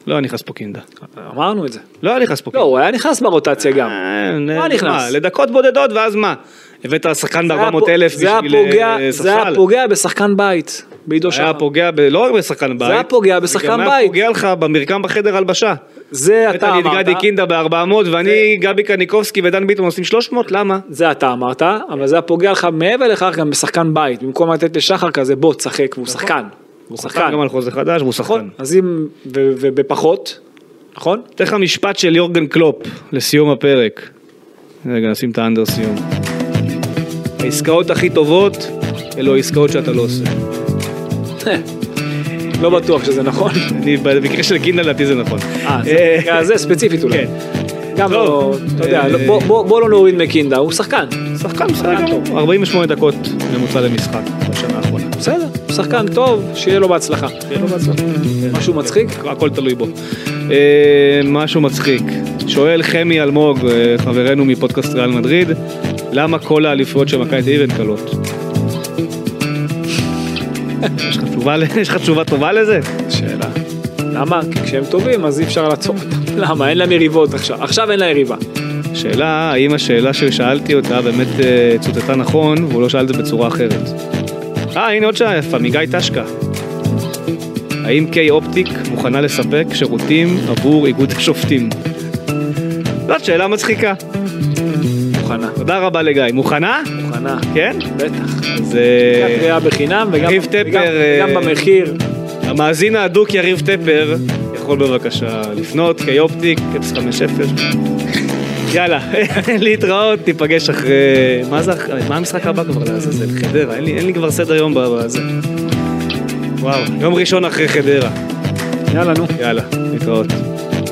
S2: לא היה נכנס פה קינדה.
S3: אמרנו את זה.
S2: לא היה נכנס פה
S3: לא
S2: קינדה.
S3: הוא היה נכנס ברוטציה גם.
S2: אה,
S3: מה נכנס?
S2: מה, לדקות בודדות ואז מה? הבאת שחקן
S3: זה היה
S2: ב-400 אלף
S3: פו- זה היה
S2: בשביל
S3: פוגע-
S2: אה, ספסל.
S3: זה היה פוגע בשחקן בית. בעידו
S2: היה
S3: שחר.
S2: פוגע ב- לא רק בשחקן בית,
S3: היה פוגע בשחקן
S2: זה גם היה
S3: בית.
S2: פוגע לך במרקם בחדר הלבשה.
S3: זה
S2: הבאת
S3: אתה
S2: לי את
S3: אמרת.
S2: גדי קינדה ב-400 ואני גבי קניקובסקי ודן ביטון עושים 300, למה?
S3: זה אתה אמרת, אבל זה היה פוגע לך מעבר לכך גם בשחקן בית, במקום לתת לשחר כזה בוא תשחק, והוא שחקן.
S2: נכון. הוא שחקן גם על חוזה חדש והוא שחקן.
S3: נכון? אז אם, ו- ובפחות, נכון? [LAUGHS]
S2: אתן לך משפט של יורגן קלופ לסיום הפרק. רגע, נשים את האנדר סיום. העסקאות הכי טובות אלו העסקאות שאתה לא עושה.
S3: לא בטוח שזה נכון.
S2: אני, במקרה של קינדה לדעתי זה נכון.
S3: אה,
S2: אה,
S3: זה- אה, זה ספציפית אולי.
S2: כן.
S3: גם
S2: טוב.
S3: לא, אתה יודע,
S2: אה,
S3: לא- בוא- בוא בוא לא נוריד מקינדה, הוא שחקן.
S2: שחקן בסדר גמור. 48 דקות ממוצע למשחק בשנה האחרונה.
S3: בסדר, הוא שחקן טוב, שיהיה לו בהצלחה.
S2: שיהיה לו בהצלחה.
S3: משהו מצחיק?
S2: הכל תלוי בו. אה, משהו מצחיק. שואל חמי אלמוג, אה, חברנו מפודקאסט ריאל מדריד, למה כל האליפויות של מכבי תל אביב הן קלות? [LAUGHS] יש לך תשובה ל- יש לך תשובה טובה לזה?
S3: שאלה. למה? כי כשהם טובים אז אי אפשר לעצור אותם. [LAUGHS] למה? אין להם יריבות עכשיו. עכשיו אין להם יריבה.
S2: שאלה, האם השאלה ששאלתי אותה באמת אה, צוטטה נכון, והוא לא שאל את זה בצורה אחרת. אה, הנה עוד שאלה יפה, מגיא טשקה. האם קיי אופטיק מוכנה לספק שירותים עבור איגוד השופטים? זאת שאלה מצחיקה.
S3: מוכנה,
S2: תודה רבה לגיא. מוכנה?
S3: מוכנה,
S2: כן?
S3: בטח.
S2: אז
S3: גם
S2: אה,
S3: קריאה בחינם וגם
S2: יריב טפר,
S3: וגם-
S2: אה,
S3: וגם במחיר.
S2: המאזין ההדוק יריב טפר יכול בבקשה לפנות, קיי אופטיק, 050. יאללה, [LAUGHS] להתראות, ניפגש אחרי... מה זה אחרי? מה המשחק הבא כבר לעזאזל? חדרה, אין לי, אין לי כבר סדר יום ב- בזה. וואו, יום ראשון אחרי חדרה.
S3: יאללה נו.
S2: יאללה, להתראות.